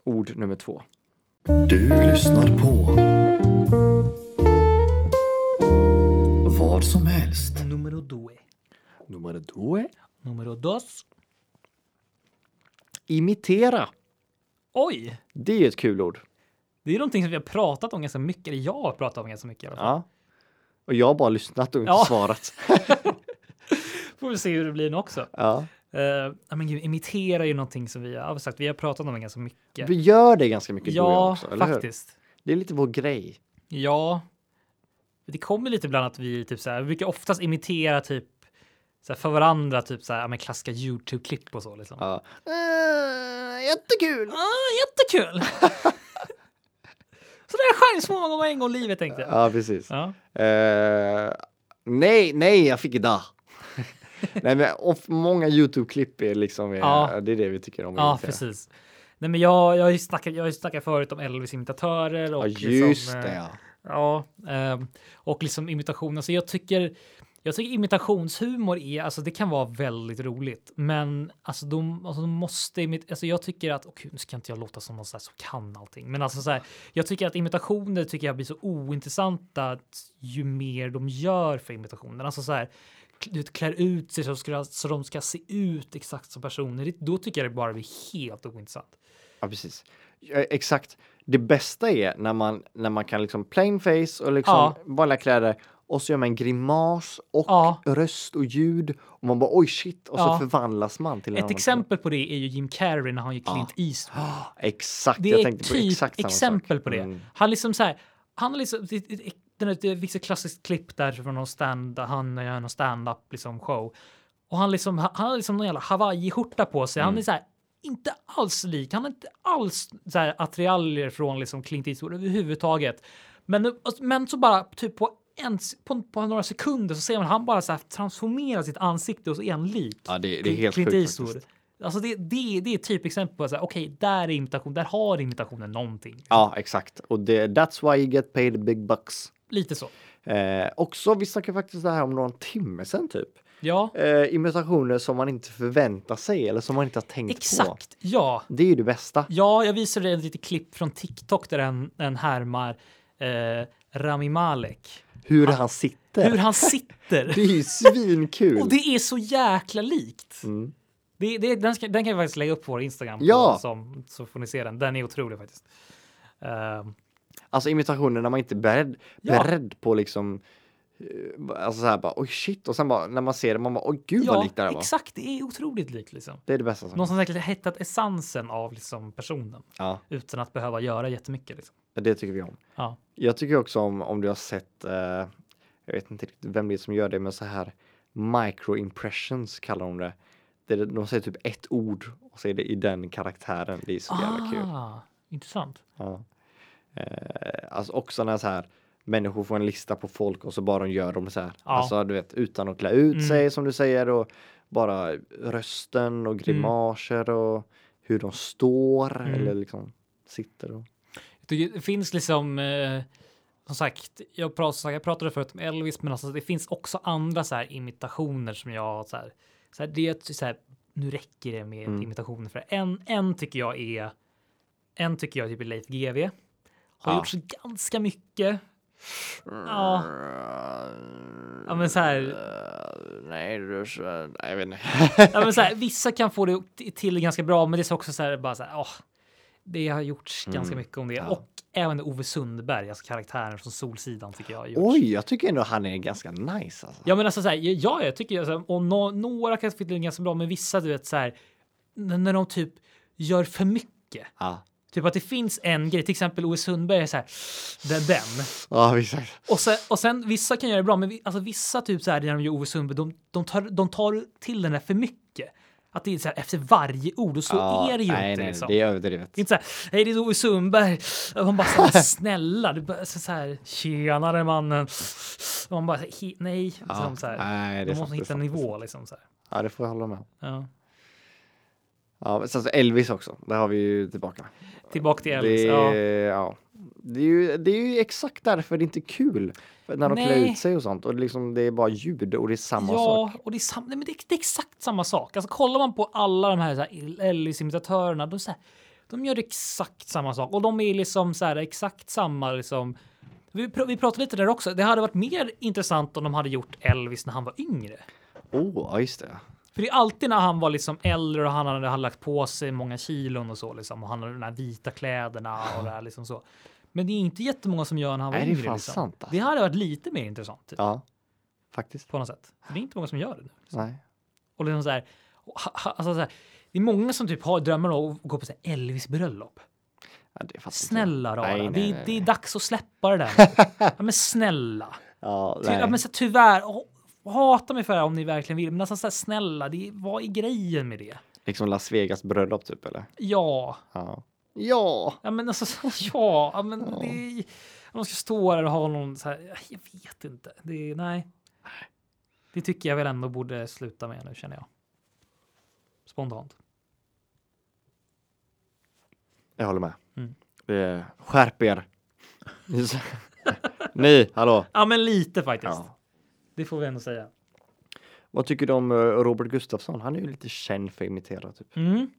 A: ord nummer två.
E: Du lyssnar på vad som helst.
B: Numero due.
A: Nummer två är
B: Numero dos.
A: imitera.
B: Oj,
A: Det är ju ett kul ord.
B: det är någonting som vi har pratat om ganska mycket. Eller jag har pratat om ganska mycket. i alla fall.
A: Ja. Och jag har bara lyssnat och inte
B: Ja.
A: svarat.
B: Får vi se hur det blir nu också.
A: Ja.
B: Eh, ja, men gud, imitera är ju någonting som vi har, har sagt, vi har pratat om det ganska mycket.
A: Vi gör det ganska mycket du och jag
B: ja,
A: också, eller hur?
B: faktiskt.
A: Det är lite vår grej.
B: Ja. Det kommer lite ibland att vi typ så här, vi brukar oftast imitera typ så här, för varandra, typ så här, ja, men klassiska Youtube-klipp och så liksom.
A: Ja. Eh, jättekul!
B: Ah, jättekul! så det är chans många gånger en gång i livet tänkte jag.
A: Ja, precis.
B: Ja.
A: Eh, nej, nej, jag fick idag. nej, men off, många Youtube-klipp är liksom, eh,
B: Ja.
A: det är det vi tycker om. att
B: Ja,
A: imitera.
B: precis. Nej, men jag, jag, har ju snackat, jag har ju snackat förut om Elvis imitatörer och
A: Ja, just
B: liksom, eh,
A: det. Ja.
B: Ja, ehm, och liksom imitationen. Så jag tycker, jag tycker imitationshumor är, alltså det kan vara väldigt roligt, men alltså de, alltså de måste, imit- alltså jag tycker att, åh gud, nu ska inte jag låta som någon så här som kan allting, men alltså så här, jag tycker att imitationer tycker jag blir så ointressanta att ju mer de gör för imitationen. Alltså så här, du vet, klär ut sig så, ska, så de ska se ut exakt som personer, Det- då tycker jag det bara blir helt ointressant.
A: ja, precis. Ja, exakt. Det bästa är när man, när man kan liksom plain face och liksom
B: Ja.
A: vanliga kläder och så gör man en grimas och
B: Ja.
A: röst och ljud och man bara oj shit och
B: Ja.
A: så förvandlas man till en
B: Ett
A: annan typ.
B: exempel på det är ju Jim Carrey när han gör Clint Eastwood.
A: person. Exakt,
B: Det
A: jag
B: är
A: tänkte på
B: typ
A: exakt samma
B: exempel
A: sak.
B: på det.
A: Mm.
B: Han liksom så här, han har liksom, det, det, det, det finns ett klassiskt klipp där från någon stand, han gör någon stand-up liksom show. Och han liksom, han han har liksom någon jävla hawaii-skjorta på sig.
A: Mm.
B: Han är så här, inte alls lik, han har inte alls så här attiraljer från liksom Clint Eastwood överhuvudtaget. Men, men så bara typ på en, på, på några sekunder så ser man han bara så här transformera sitt ansikte och så är han lik.
A: Ja, det, det är
B: Cl-
A: helt
B: Clint
A: sjukt
B: Eastwood.
A: faktiskt.
B: Alltså det, det, det är ett typexempel på så här, okej, där är imitation, där har imitationen någonting.
A: Ja, exakt. Och det, that's why you get paid big bucks.
B: Lite så.
A: Eh, också, vi snackade faktiskt det här om någon timme sedan typ.
B: Ja,
A: Eh, imitationer som man inte förväntar sig eller som man inte har tänkt på.
B: exakt. Ja,
A: Det är ju det bästa.
B: ja, jag visade dig ett litet klipp från TikTok där en, en härmar eh, Rami Malek.
A: hur han sitter.
B: Hur han sitter.
A: Det är ju svinkul.
B: Och det är så jäkla likt.
A: Mm.
B: Det, det, den, ska, den kan vi faktiskt lägga upp på vår Instagram.
A: Ja.
B: På, som, så får ni se den. Den är otrolig faktiskt. Ehm,
A: Alltså imitationer när man inte är beredd,
B: Ja.
A: beredd på liksom eh, Alltså såhär bara oj shit och sen bara när man ser det man bara oj gud vad
B: ja,
A: likt det här var.
B: exakt. Det är otroligt likt liksom.
A: Det är det bästa som
B: Någon som säkert har hittat essensen av liksom, personen
A: Ja,
B: utan att behöva göra jättemycket. Liksom.
A: det tycker vi om.
B: Ja.
A: Jag tycker också om om du har sett eh, Jag vet inte riktigt vem det är som gör det men så här micro impressions kallar de det. det är, de säger typ ett ord och så är det i den karaktären. Det är så jävla kul.
B: Ah, intressant.
A: Ja. Eh, alltså också när så här människor får en lista på folk och så bara de gör dem så här.
B: Ja.
A: Alltså du vet utan att klä ut
B: Mm.
A: sig som du säger och bara rösten och grimaser och hur de står
B: Mm.
A: eller liksom sitter. Och...
B: Jag tycker Det finns liksom, eh, som sagt, jag pratade, jag pratade förut om Elvis, men alltså, det finns också andra så här imitationer som jag så här, så här, det är så här, nu räcker det med
A: Mm.
B: imitationer för en, en tycker jag är, en tycker jag typ är Leif GW. Har
A: Ja.
B: gjort så ganska mycket. Ja. Ja, men så här,
A: Eh, Nej, du, jag vet inte.
B: ja, men så här, vissa kan få det t- till ganska bra, men det är också så här bara så här. åh, det har gjorts ganska mycket om det
A: Mm. Ja.
B: och även Ove Sundberg, alltså karaktären från Solsidan tycker jag. har gjorts.
A: Oj, jag tycker ändå han är ganska nice. Alltså.
B: Ja, men alltså så här, ja, jag tycker alltså, och no, några kan få till ganska bra, men vissa du vet så här n- när de typ gör för mycket.
A: Ja,
B: Typ att det finns en grej, till exempel Ove Sundberg är så här, den, den.
A: ja exakt.
B: Och sen, och sen vissa kan göra det bra, men vi, alltså, vissa typ så här när de gör Ove Sundberg, de, de, tar, de tar till den där för mycket. Att det är så här efter varje ord och så
A: ja,
B: är det ju
A: nej,
B: inte.
A: nej,
B: liksom.
A: Det är överdrivet.
B: Det är inte så här, hej det är Ove Sundberg. Och Man bara så här, snälla, du bara, så så här, tjenare mannen. Och Man bara, he, nej. Så
A: Ja,
B: de så här,
A: nej, det
B: de
A: är
B: måste
A: sant, det är
B: hitta en
A: sant, det är
B: nivå liksom. Så här.
A: Ja, det får jag hålla med om.
B: Ja.
A: Ja, men sen så alltså Elvis också. Det har vi ju tillbaka.
B: Tillbaka till Elvis.
A: Det, ja.
B: Ja.
A: Det, är ju, det är ju exakt därför det inte är kul. För När de klär
B: Nej.
A: ut sig och sånt. Och det liksom, det är bara ljud och det är samma sak.
B: Ja, och det är, sam- nej, men det, är, det är exakt samma sak. Alltså, kollar man på alla de här, så här Elvis-imitatörerna, de, så här, de gör exakt samma sak. Och de är liksom så här, exakt samma... Liksom, vi, pr- vi pratade lite där också. Det hade varit mer intressant om de hade gjort Elvis när han var yngre.
A: Åh, oh, just det.
B: För det är alltid när han var liksom äldre och han hade, hade lagt på sig många kilon och så liksom. Och han hade de här vita kläderna och det här liksom så. Men det är inte jättemånga som gör när han var
A: Nej, det är
B: yngre.
A: fan
B: liksom.
A: sant, alltså.
B: Det hade varit lite mer intressant typ,
A: Ja, faktiskt.
B: på något sätt. För det är inte många som gör det nu.
A: Nej.
B: Och liksom så här, och ha- ha- alltså så här, det är många som typ har drömmar om att gå på så här Elvis bröllop.
A: Ja, det fattar inte
B: Snälla
A: jag.
B: rara,
A: Nej,
B: det,
A: nej,
B: är-
A: nej,
B: det är
A: nej.
B: dags att släppa det där. nu. ja, men snälla.
A: Ja,
B: Ty,
A: nej.
B: ja, men så här, tyvärr, oh, hata mig för det här om ni verkligen vill, men alltså så här, snälla, det, är- vad är grejen med det?
A: Liksom Las Vegas bröllop typ eller?
B: Ja,
A: Ja. Ja!
B: ja men alltså så här, ja, ja, men det är, om de ska stå där och ha någon så här, jag vet inte, det är, nej. Det tycker jag väl ändå borde sluta med nu känner jag. Spontant.
A: Jag håller med.
B: Mm.
A: Eh, skärp er! Ni, hallå!
B: Ja, men lite faktiskt.
A: Ja.
B: Det får vi ändå säga.
A: Vad tycker du om eh, Robert Gustafsson? Han är ju lite känd för att imitera typ.
B: Mm.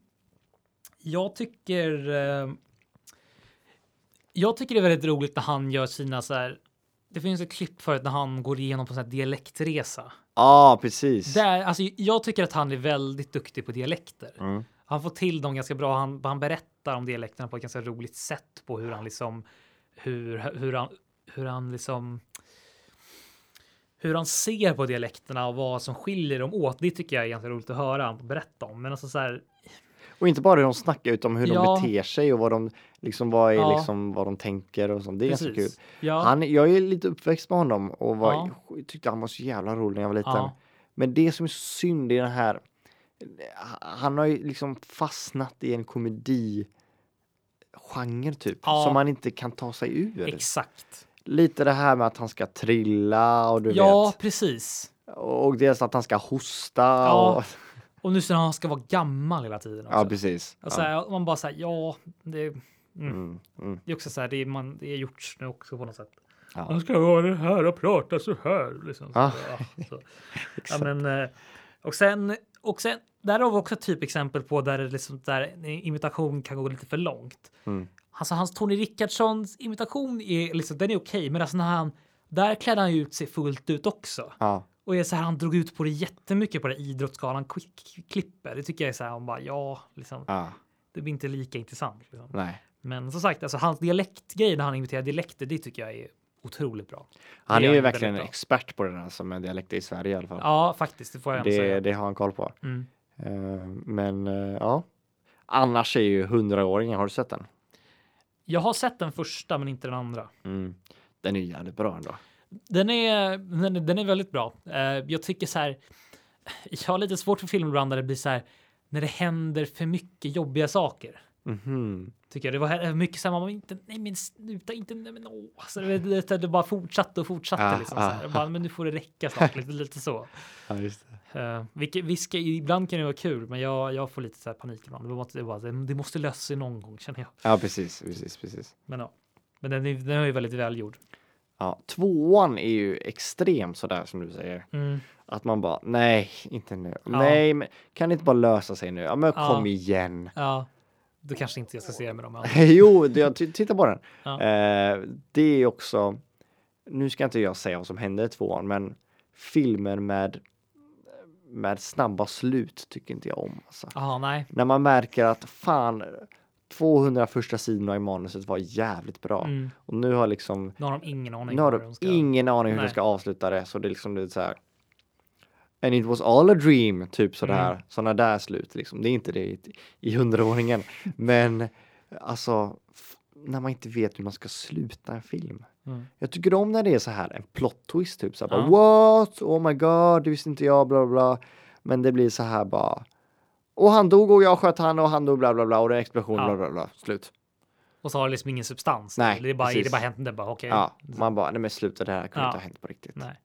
B: Jag tycker. Eh, jag tycker det är väldigt roligt när han gör sina så här. Det finns ett klipp förut när han går igenom på en sån här dialektresa.
A: Ja, ah, precis.
B: Där, alltså, jag tycker att han är väldigt duktig på dialekter.
A: Mm.
B: Han får till dem ganska bra. Han, han berättar om dialekterna på ett ganska roligt sätt på hur han liksom hur, hur han hur han liksom. Hur han ser på dialekterna och vad som skiljer dem åt. Det tycker jag är ganska roligt att höra han berätta om, men alltså så här.
A: Och inte bara hur de snackar utan hur
B: Ja.
A: de beter sig och vad de, liksom, vad, är,
B: Ja.
A: liksom, vad de tänker och sånt. Det är ganska kul.
B: Precis. Ja.
A: Han, jag är lite uppväxt med honom och var,
B: Ja.
A: tyckte han var så jävla rolig när jag var liten.
B: Ja.
A: Men det som är synd i den här, han har ju liksom fastnat i en komedi genre typ,
B: Ja.
A: som han inte kan ta sig ur.
B: Exakt.
A: Lite det här med att han ska trilla och du
B: Ja,
A: vet.
B: precis.
A: Och dels att han ska hosta.
B: Ja, Alltså,
A: och...
B: Och nu så han ska vara gammal hela tiden. Också.
A: ja precis.
B: och så
A: ja.
B: här, och man bara så här, ja, det, mm.
A: Mm, mm.
B: det är också så här, det är, man, det är gjort nu också på något sätt.
A: Ja. Ah.
B: Han ska vara här och prata så här. Liksom. Så,
A: Ja.
B: ja, så. ja, men, eh, och sen, och sen, där har vi också typ exempel på där, det liksom, där en imitation kan gå lite för långt.
A: Mm.
B: Alltså hans Tony Rickardssons imitation är liksom, den är okej, men alltså när han Där klädde han ju ut sig fullt ut också.
A: Ja.
B: Och är så här, han drog ut på det jättemycket på det idrottsgalan Quick- klipper. Det tycker jag är så här, han bara ja, liksom,
A: ja.
B: det blir inte lika intressant. Liksom.
A: Nej.
B: Men som sagt, alltså, hans dialektgrej när han imiterar dialekter, det tycker jag är otroligt bra.
A: Han
B: Det
A: är
B: gör
A: ju
B: han väldigt
A: verkligen en
B: bra.
A: expert på den här som en dialekt i Sverige i alla fall.
B: Ja, faktiskt, det får jag ändå
A: det,
B: säga.
A: det har han koll på.
B: Mm.
A: Eh, men eh, ja. Annars är ju hundraåringen, har du sett den?
B: Jag har sett den första, men inte den andra.
A: Mm. Den är ju jävligt bra ändå.
B: Den är, den, är- den är väldigt bra. Eh, jag tycker så här. Jag har lite svårt för filmer ibland där det blir så här när det händer för mycket jobbiga saker.
A: Mhm.
B: Tycker jag. Det var här- eh, mycket så här, man var inte, nej men sluta inte, nej men åh. Alltså, det, det, det, det bara fortsatte och fortsatte
A: Ah,
B: liksom. Så här.
A: ah.
B: Jag Bara, men nu får det räcka snart, lite, lite så.
A: Ja, just det.
B: Uh, vilket, viska, ibland kan det vara kul, men jag, jag får lite så här panik ibland. Det, måste, det, bara, det måste lösa sig någon gång känner jag.
A: ja, precis, precis, precis.
B: Men ja, men den, är- den är ju väldigt välgjord.
A: Ja, tvåan är ju extrem sådär som du säger.
B: Mm.
A: Att man bara, nej, inte nu. Nej, men kan det inte bara lösa sig nu? Ja, men
B: Ja.
A: kom igen.
B: Ja, då kanske inte jag ska se med dem. andra.
A: jo, det- jag t- tittar på den.
B: Ja.
A: Eh, det är också, nu ska inte jag säga vad som hände i tvåan, men filmer med, med snabba slut tycker inte jag om. Alltså.
B: Jaha, nej.
A: När man märker att fan, 200 första sidorna i manuset var jävligt bra.
B: Mm.
A: Och nu har liksom
B: Nu har de ingen aning.
A: Nu har
B: om hur
A: du
B: de ska-
A: ingen aning hur
B: Nej.
A: du ska avsluta det, så det är liksom det är så här. And it was all a dream, typ sådär. Mm. Sådana där slut liksom. Det är inte det i, i hundraåringen. Men alltså, f- när man inte vet hur man ska sluta en film.
B: Mm.
A: Jag tycker om när det är så här en plot twist, typ så här,
B: Ja.
A: bara, what? Oh my god, det visste inte jag, bla bla bla. Men det blir så här bara. Och han dog och jag sköt han och han dog bla bla bla och det är explosion
B: Ja.
A: bla bla bla. Slut.
B: Och så har det liksom ingen substans.
A: Nej,
B: det är bara,
A: precis.
B: det bara hänt. Det är bara okej.
A: Ja, man bara, nej men sluta det här kunde
B: Ja.
A: inte ha hänt på riktigt.
B: Nej.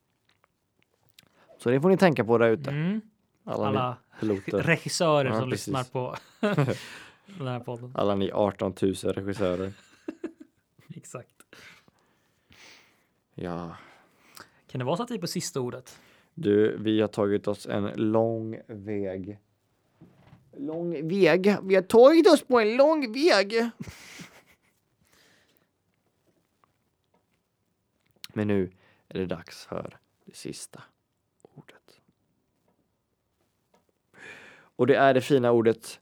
A: Så det får ni tänka på där ute.
B: Mm.
A: Alla, ni
B: Alla
A: piloter.
B: regissörer
A: Ja,
B: som
A: precis.
B: lyssnar på den här podden.
A: Alla ni 18 000 regissörer.
B: Exakt.
A: Ja.
B: Kan det vara så att vi är på sista ordet?
A: Du, vi har tagit oss en lång väg. Lång väg? Vi har tagit oss på en lång väg. Men nu är det dags för det sista ordet. Och det är det fina ordet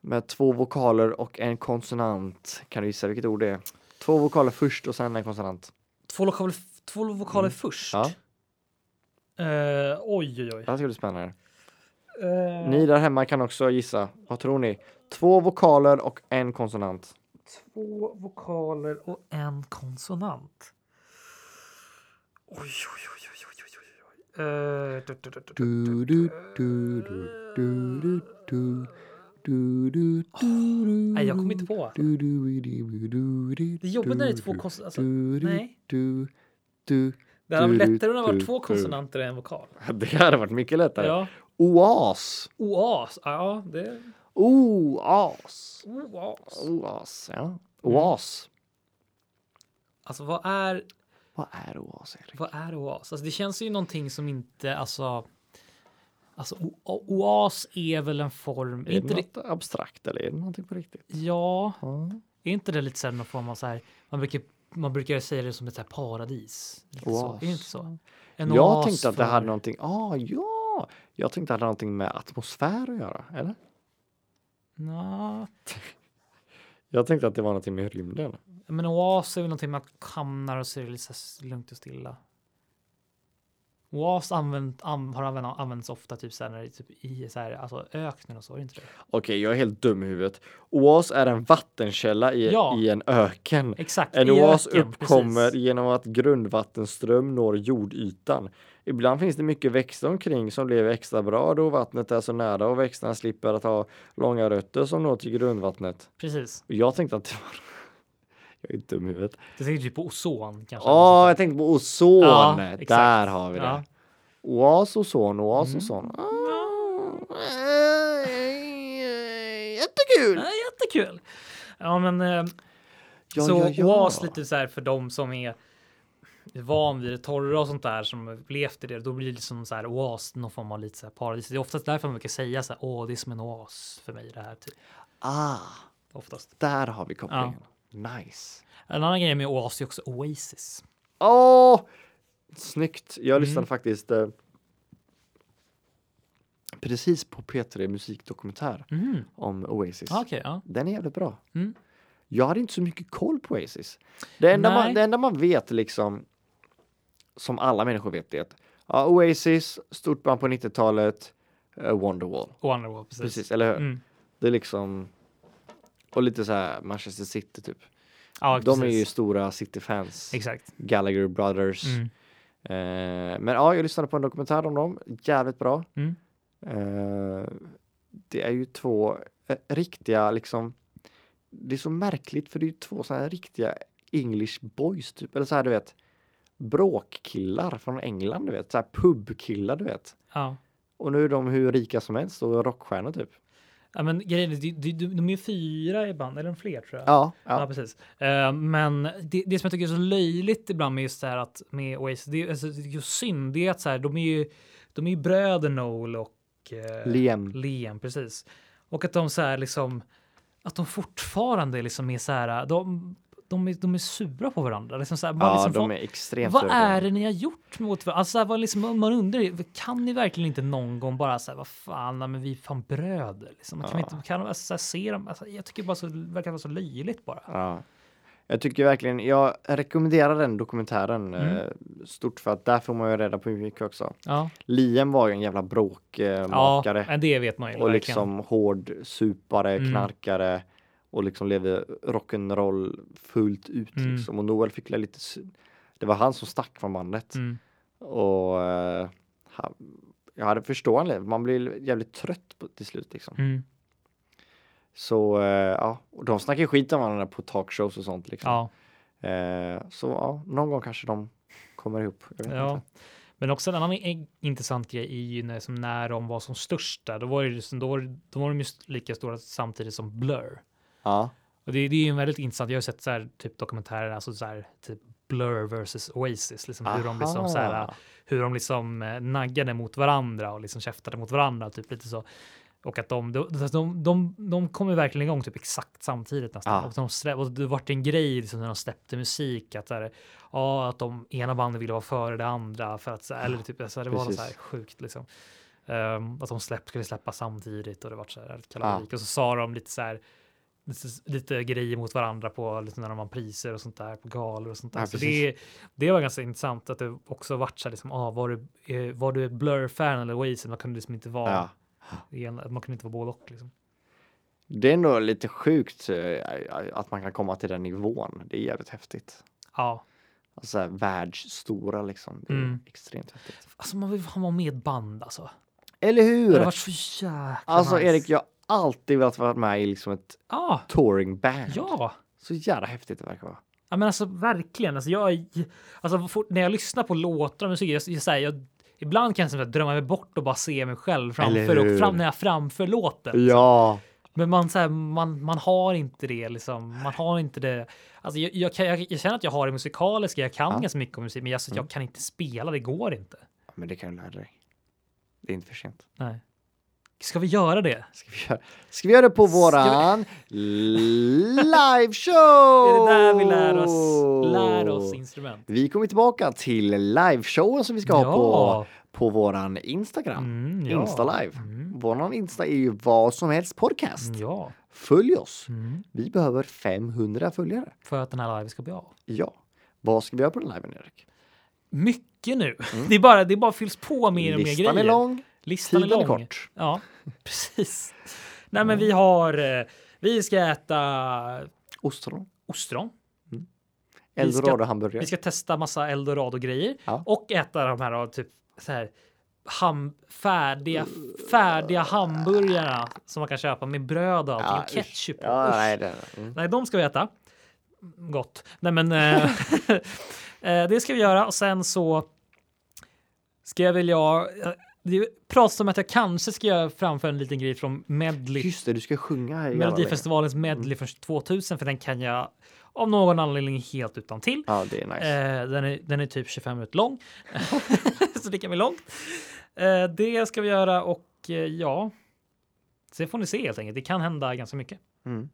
A: med två vokaler och en konsonant. Kan du gissa vilket ord det är? Två vokaler först och sen en konsonant.
B: Två vokaler, två vokaler först.
A: Mm. Ja.
B: Eh, oj, oj, oj.
A: Det här ska bli spännande.
B: Eh,
A: Ni där hemma kan också gissa. Vad tror ni? Två vokaler och en konsonant.
B: Två vokaler och en konsonant. Oj, oj, oj, oj, oj, oj, oj, oj. Eh, du, du, du, du, du.
A: Du, du, du, du, du, du, du. Du, du, du, du,
B: Nej, jag kommer inte på.
A: du, du, du, du, du,
B: Det är jobbigt när det är
A: du,
B: två
A: du,
B: konsonanter. Alltså,
A: du, du,
B: nej.
A: du, du.
B: Det hade varit
A: Du, du,
B: lättare om det varit
A: du,
B: två
A: du.
B: konsonanter än en vokal.
A: Det hade varit mycket lättare.
B: Ja.
A: Oas.
B: Oas. Ja, det...
A: Oas.
B: Oas.
A: Oas. Ja. Oas.
B: Alltså vad är,
A: Vad är oas, Erik?
B: vad är oas? Alltså, det känns ju någonting som inte, alltså... Alltså o- o- oas är väl en form...
A: Är
B: Är
A: det
B: inte det,
A: något abstrakt eller är det någonting på riktigt?
B: ja,
A: Ja.
B: är inte det lite så här någon form av så här... Man brukar, man brukar säga det som ett så här paradis. Lite så.
A: Oas.
B: Är det inte så? En
A: jag
B: oas
A: tänkte att det
B: för-
A: hade någonting, ah, ja, jag tänkte att det hade någonting med atmosfär att göra, eller?
B: Nå,
A: Jag tänkte att det var någonting med rymden.
B: men oas är väl någonting man hamnar och så är det lite så här lugnt och stilla. Oas använt, an, har använt, använts ofta typ så här, när det är typ i så här, alltså öknen och så, är det inte det?
A: Okej, jag är helt dum i huvudet. Oas är en vattenkälla i,
B: Ja.
A: i en öken.
B: Exakt.
A: En
B: i
A: oas
B: öken,
A: uppkommer
B: precis.
A: genom att grundvattenström når jordytan. Ibland finns det mycket växter omkring som lever extra bra då vattnet är så nära och växterna slipper att ha långa rötter som når till grundvattnet.
B: Precis.
A: Och Jag tänkte att det var... Jag är dum i huvudet.
B: Det tänker typ på ozon kanske.
A: Ja, jag tänkte på ozon.
B: Ja, exakt.
A: Där har vi det.
B: Ja. Mm.
A: Oas, ozon, oas, Ah. ozon.
B: Ja,
A: Jättekul!
B: jättekul! Ja, men eh,
A: Ja,
B: så
A: ja, ja.
B: oas lite så här för dem som är van vid det torra och sånt där som levt i det. Då blir det liksom så här oas någon form av lite så här paradis. Det är oftast därför man brukar säga så här. Åh, det är som en oas för mig det här. Typ.
A: Ah,
B: Oftast.
A: där har vi kopplingen. Nice.
B: En annan grej med oas är också oasis.
A: Åh! Snyggt. Jag lyssnade
B: Mm.
A: faktiskt eh, precis på P3 Musikdokumentär
B: Mm.
A: om Oasis.
B: Ah, Okej, ja.
A: Den är jävligt bra.
B: Mm.
A: Jag hade inte så mycket koll på Oasis. Det enda,
B: Nej.
A: man, det enda man vet liksom, som alla människor vet, det är att ja, Oasis, stort band på 90-talet, eh, Wonderwall.
B: Wonderwall, precis.
A: Precis, eller hur?
B: Mm.
A: Det är liksom, och lite så här Manchester City typ.
B: Ja,
A: De är
B: precis.
A: ju stora City-fans.
B: Exakt.
A: Gallagher Brothers.
B: Mm.
A: Eh, men ja, jag lyssnade på en dokumentär om dem. Jävligt bra.
B: Mm.
A: Eh, det är ju två eh, riktiga, liksom. Det är så märkligt för det är ju två sådana här riktiga English boys typ. Eller så här, du vet. Bråkkillar från England, du vet. Så här pubkillar, du vet.
B: Ja.
A: Och nu är de hur rika som helst och rockstjärnor typ.
B: ja, men grejen är, de, de, de är ju fyra i band, eller fler tror jag.
A: Ja,
B: Ja,
A: ja.
B: precis. Eh, men det, det som jag tycker är så löjligt ibland med just det här att med Oasis, det är alltså, det är ju synd, det är att så här, de är ju, de är ju bröder Noel och eh,
A: Liam.
B: Liam, precis. Och att de så här liksom, att de fortfarande liksom är så här, de, de, är, de är sura på varandra. Liksom så här, man
A: Ja,
B: liksom,
A: de
B: vad,
A: är extremt
B: vad
A: övergående.
B: är det ni har gjort mot varandra? Alltså, så här, vad liksom, man undrar, kan ni verkligen inte någon gång bara säga vad fan, nej, men vi är fan bröder. Liksom. Kan vi inte, kan, alltså, så här, se dem? Alltså, jag tycker bara så, det verkar vara så löjligt bara.
A: Ja. Jag tycker verkligen, jag rekommenderar den dokumentären
B: Mm.
A: eh, stort för att där får man ju reda på mycket också.
B: Ja,
A: Liam var ju en jävla
B: ja
A: bråkmakare
B: men det vet man ju.
A: och
B: verkligen.
A: liksom hård supare,
B: Mm.
A: knarkare och liksom levde rock'n'roll fullt ut
B: Mm.
A: liksom. Och Noel fick lite, sy- det var han som stack från bandet
B: Mm.
A: och eh, han, jag hade förstår han lite. man blir jävligt trött på, till slut liksom.
B: Mm.
A: Så eh, ja, och de snackar ju skit om varandra på talkshows och sånt liksom.
B: Ja.
A: Eh, så ja, någon gång kanske de kommer ihop. Jag vet
B: Ja.
A: inte.
B: Men också en annan i- intressant grej är ju när, som när de var som störst där, då var, det just, då, var- då var de just lika stora samtidigt som Blur.
A: ja.
B: Och det, det är ju en väldigt intressant, jag har ju sett så här, typ dokumentärer, alltså så här, typ Blur versus Oasis, liksom hur de liksom så här,
A: Aha.
B: hur de liksom eh, naggade mot varandra och liksom käftade mot varandra, typ lite så. Och att de, de, de, de, de kom ju verkligen igång typ exakt samtidigt nästan.
A: Ja.
B: Och, de, slä- och det vart en grej liksom när de släppte musik att, så här, ja, att de ena bandet ville vara före det andra för att så här, eller typ, så här, det var
A: Precis.
B: så här sjukt liksom. Ehm, att de släpp, skulle släppa samtidigt och det vart så här
A: Ja.
B: kalabalik. Och så sa de lite så här lite, lite grejer mot varandra på liksom, när de vann priser och sånt där på galor och sånt där.
A: Ja,
B: så
A: precis.
B: det, det var ganska intressant att det också vart så här, liksom, ah, var, du, eh, var du ett Blur-fan eller Oasis? Man kunde liksom inte vara
A: Ja.
B: en, man kunde inte vara både och. Liksom.
A: Det är nog lite sjukt eh, att man kan komma till den nivån. Det är jävligt häftigt.
B: Ja,
A: Alltså så här, världsstora liksom. Det är
B: Mm.
A: extremt häftigt.
B: alltså man vill fan vara med i ett band alltså.
A: Eller
B: Det hade
A: hur?
B: varit så jäkla
A: Alltså
B: nice.
A: Erik, jag har alltid velat vara med i liksom ett
B: Ah,
A: touringband.
B: ja,
A: Så jävla häftigt det verkar vara.
B: ja, men alltså verkligen. Alltså, jag, är- alltså, fort, när jag lyssnar på låtar och musik, jag, jag, så här, jag, ibland kan jag som att drömma mig bort och bara se mig själv framför och
A: hur?
B: fram, när jag framför låten.
A: Ja,
B: Men man, så här, man, man har inte det liksom. Man har inte det. Alltså, jag, jag, kan- jag, jag känner att jag har det musikaliska. Jag kan
A: Ja. Mm.
B: ganska mycket om musik, men jag, så att jag kan inte spela. Det går inte.
A: men det kan du lära dig. Det är inte för sent.
B: Nej. Ska vi göra det?
A: Ska vi göra, ska vi göra det på våran liveshow?
B: Är
A: Oh.
B: det där vi lär oss, lär oss instrument?
A: Vi kommer tillbaka till liveshowen som vi ska ha på, på våran Instagram.
B: Mm, ja.
A: Insta live.
B: Mm.
A: Våran Insta är ju vad som helst podcast.
B: Ja,
A: Följ oss.
B: mm.
A: Vi behöver 500 följare.
B: för att den här live ska bli av.
A: Ja. Vad ska vi göra på den liven Erik?
B: Mycket nu. Det, är bara, det bara fylls på mer och mer grejer.
A: Mm. Listan är lång,
B: Listan
A: tiden är kort.
B: Ja, precis. Nej, men vi har. eh, Vi ska äta
A: Ostron,
B: ostron. Vi ska-
A: eldorado
B: Vi
A: hamburgare.
B: ska testa massa eldorado-grejer
A: Ja.
B: och äta de här ah, typ så här ham, färdiga, färdiga hamburgarna som man kan köpa med bröd och allting.
A: Ja,
B: och ketchup. och-
A: Ja,
B: usch.
A: nej, det, mm.
B: nej, de ska vi äta. Gott. Nej, men eh, eh, det ska vi göra och sen så ska jag väl jag. Det pratas om att jag kanske ska göra framför en liten grej från medley
A: Just det, du ska sjunga här i Mm. alla lägen.
B: Melodifestivalens medley från 2000 för den kan jag av någon anledning helt utan till.
A: Ja, det är nice.
B: Eh, den, är, den är typ 25 minuter lång. så det kan bli långt. Eh, det ska vi göra och eh, ja, sen får ni se helt enkelt. Det kan hända ganska mycket.
A: Mm.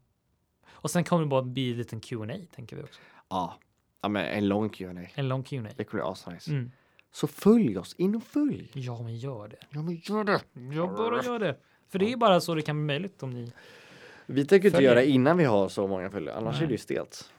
B: Och sen kommer det bara bli en liten Q&A tänker vi också.
A: Ja. Ja, men en lång Q&A.
B: En lång Q&A.
A: Det kunde vara asnice.
B: Mm.
A: Så följ oss, in och följ.
B: Ja, men gör det.
A: Ja, men gör det.
B: Jag bara gör det. För det är bara så det kan bli möjligt om ni...
A: Vi tänker inte
B: Följ.
A: göra innan vi har så många följare, annars
B: Nej.
A: är det ju stelt.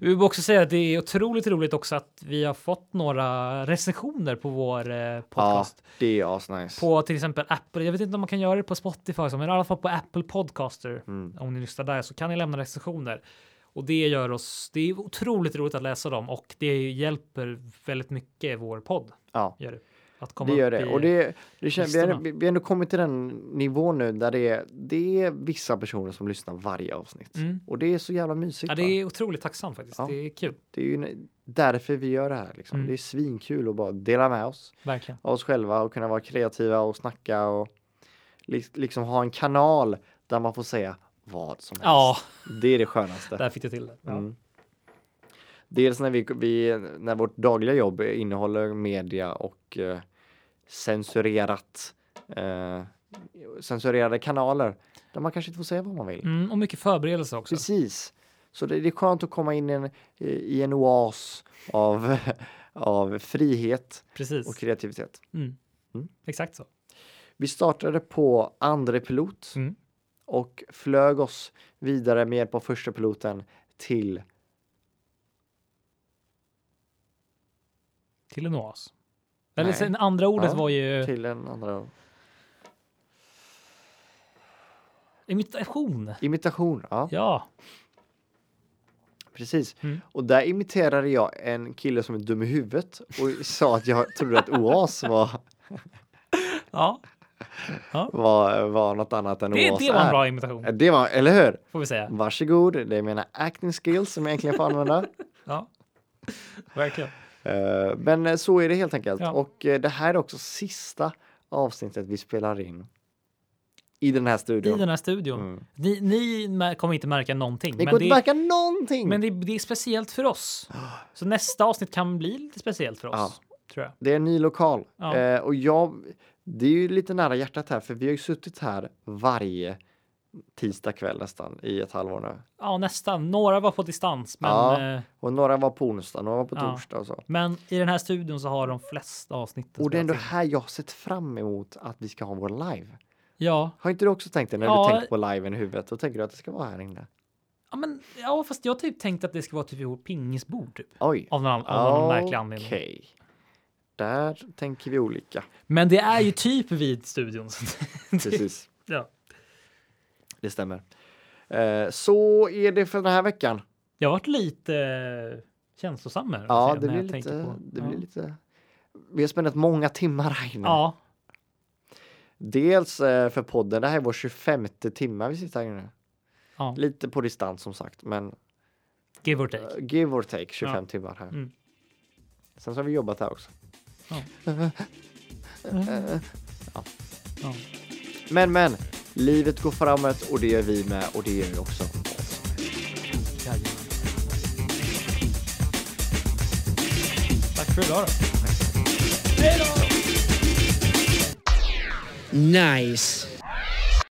B: Vi vill också säga att det är otroligt roligt också att vi har fått några recensioner på vår eh, podcast.
A: Ja, det är asnice.
B: På till exempel Apple. Jag vet inte om man kan göra det på Spotify, så, men i alla fall på Apple Podcaster.
A: Mm.
B: Om ni lyssnar där så kan ni lämna recensioner. Och det gör oss, det är otroligt roligt att läsa dem och det hjälper väldigt mycket vår podd.
A: Ja,
B: Gör det. Att komma
A: det gör
B: upp
A: det.
B: i-
A: Och det, det känns, vi,
B: listorna.
A: är, vi vi har ändå kommit till den nivån nu där det är, det är vissa personer som lyssnar varje avsnitt.
B: Mm.
A: Och det är så jävla mysigt.
B: Ja, det
A: va?
B: är otroligt tacksamt faktiskt.
A: Ja.
B: Det är kul,
A: Det är ju därför vi gör det här. Liksom.
B: Mm.
A: Det är svinkul att bara dela med oss
B: verkligen.
A: av oss själva och kunna vara kreativa och snacka och li- liksom ha en kanal där man får säga vad som helst.
B: Ja,
A: Det är det skönaste.
B: där fick jag till det. Ja.
A: Mm. Dels när, vi, vi, när vårt dagliga jobb innehåller media och eh, censurerat eh, censurerade kanaler där man kanske inte får säga vad man vill.
B: Mm, och mycket förberedelse också.
A: Precis. Så det, det är skönt att komma in i en, i en oas av, av frihet
B: Precis.
A: och kreativitet.
B: Mm.
A: Mm.
B: Exakt så.
A: Vi startade på andra pilot
B: Mm.
A: och flög oss vidare med hjälp av första piloten till
B: Till en oas. Eller
A: Nej.
B: sen andra ordet
A: Ja,
B: var ju
A: till en andra
B: imitation.
A: imitation. Ja,
B: Ja,
A: precis.
B: Mm.
A: Och där imiterade jag en kille som är dum i huvudet och sa att jag trodde att oas var,
B: ja.
A: var, var något annat än
B: Det,
A: oas
B: det var en
A: är. Eh,
B: bra imitation
A: Det var, eller hur?
B: får vi säga.
A: Varsågod, det är mina acting skills som jag egentligen får använda.
B: Ja, verkligen.
A: Eh, Men eh, så är det helt enkelt.
B: Ja.
A: Och eh, det här är också sista avsnittet vi spelar in i den här
B: I
A: studion.
B: den här studion.
A: Mm.
B: Ni, ni mär- kommer inte märka någonting.
A: Det
B: Men
A: går
B: det,
A: inte märka någonting. Ah.
B: men det, det är speciellt för oss. Så nästa avsnitt kan bli lite speciellt för oss. Tror jag.
A: Det är en ny lokal
B: Ja.
A: Eh, och jag. Det är ju lite nära hjärtat här, för vi har ju suttit här varje tisdag kväll nästan i ett halvår nu.
B: Ja, nästan. Några var på distans, men,
A: Ja.
B: eh,
A: Och några var på onsdag, några var på
B: Ja.
A: torsdag och så.
B: men i den här studion så har de flesta avsnitten.
A: Och det är ändå
B: spelats in.
A: här jag har sett fram emot att vi ska ha vår live.
B: Ja,
A: Har inte du också tänkt det när
B: Ja.
A: du tänker på liven i huvudet? Då tänker du att det ska vara här inne.
B: ja, men ja, fast jag typ tänkte att det ska vara typ i vårt pingisbord. Typ.
A: Oj.
B: Av någon, av någon märklig anledning.
A: Ah, Okej. Där tänker vi olika.
B: Men det är ju typ vid studion. Så det,
A: Precis,
B: ja.
A: det stämmer. Eh, så är det för den här veckan.
B: Jag har varit lite eh, känslosam med
A: Ja,
B: alltså,
A: det
B: när
A: blir
B: jag tänker
A: lite,
B: på-
A: det
B: ja.
A: blir lite. Vi har spenderat många timmar här inne.
B: Ja,
A: Dels eh, för podden, det här är vår 25 timme vi sitter här inne.
B: Ja.
A: Lite på distans som sagt, men
B: give or
A: eh,
B: take.
A: give or take 25
B: Ja.
A: timmar här.
B: Mm.
A: Sen så har vi jobbat här också.
B: Ja.
A: Ja.
B: Ja.
A: Men men, livet går framåt och det gör vi med och det gör vi också.
B: Tack för idag då.
C: Nice.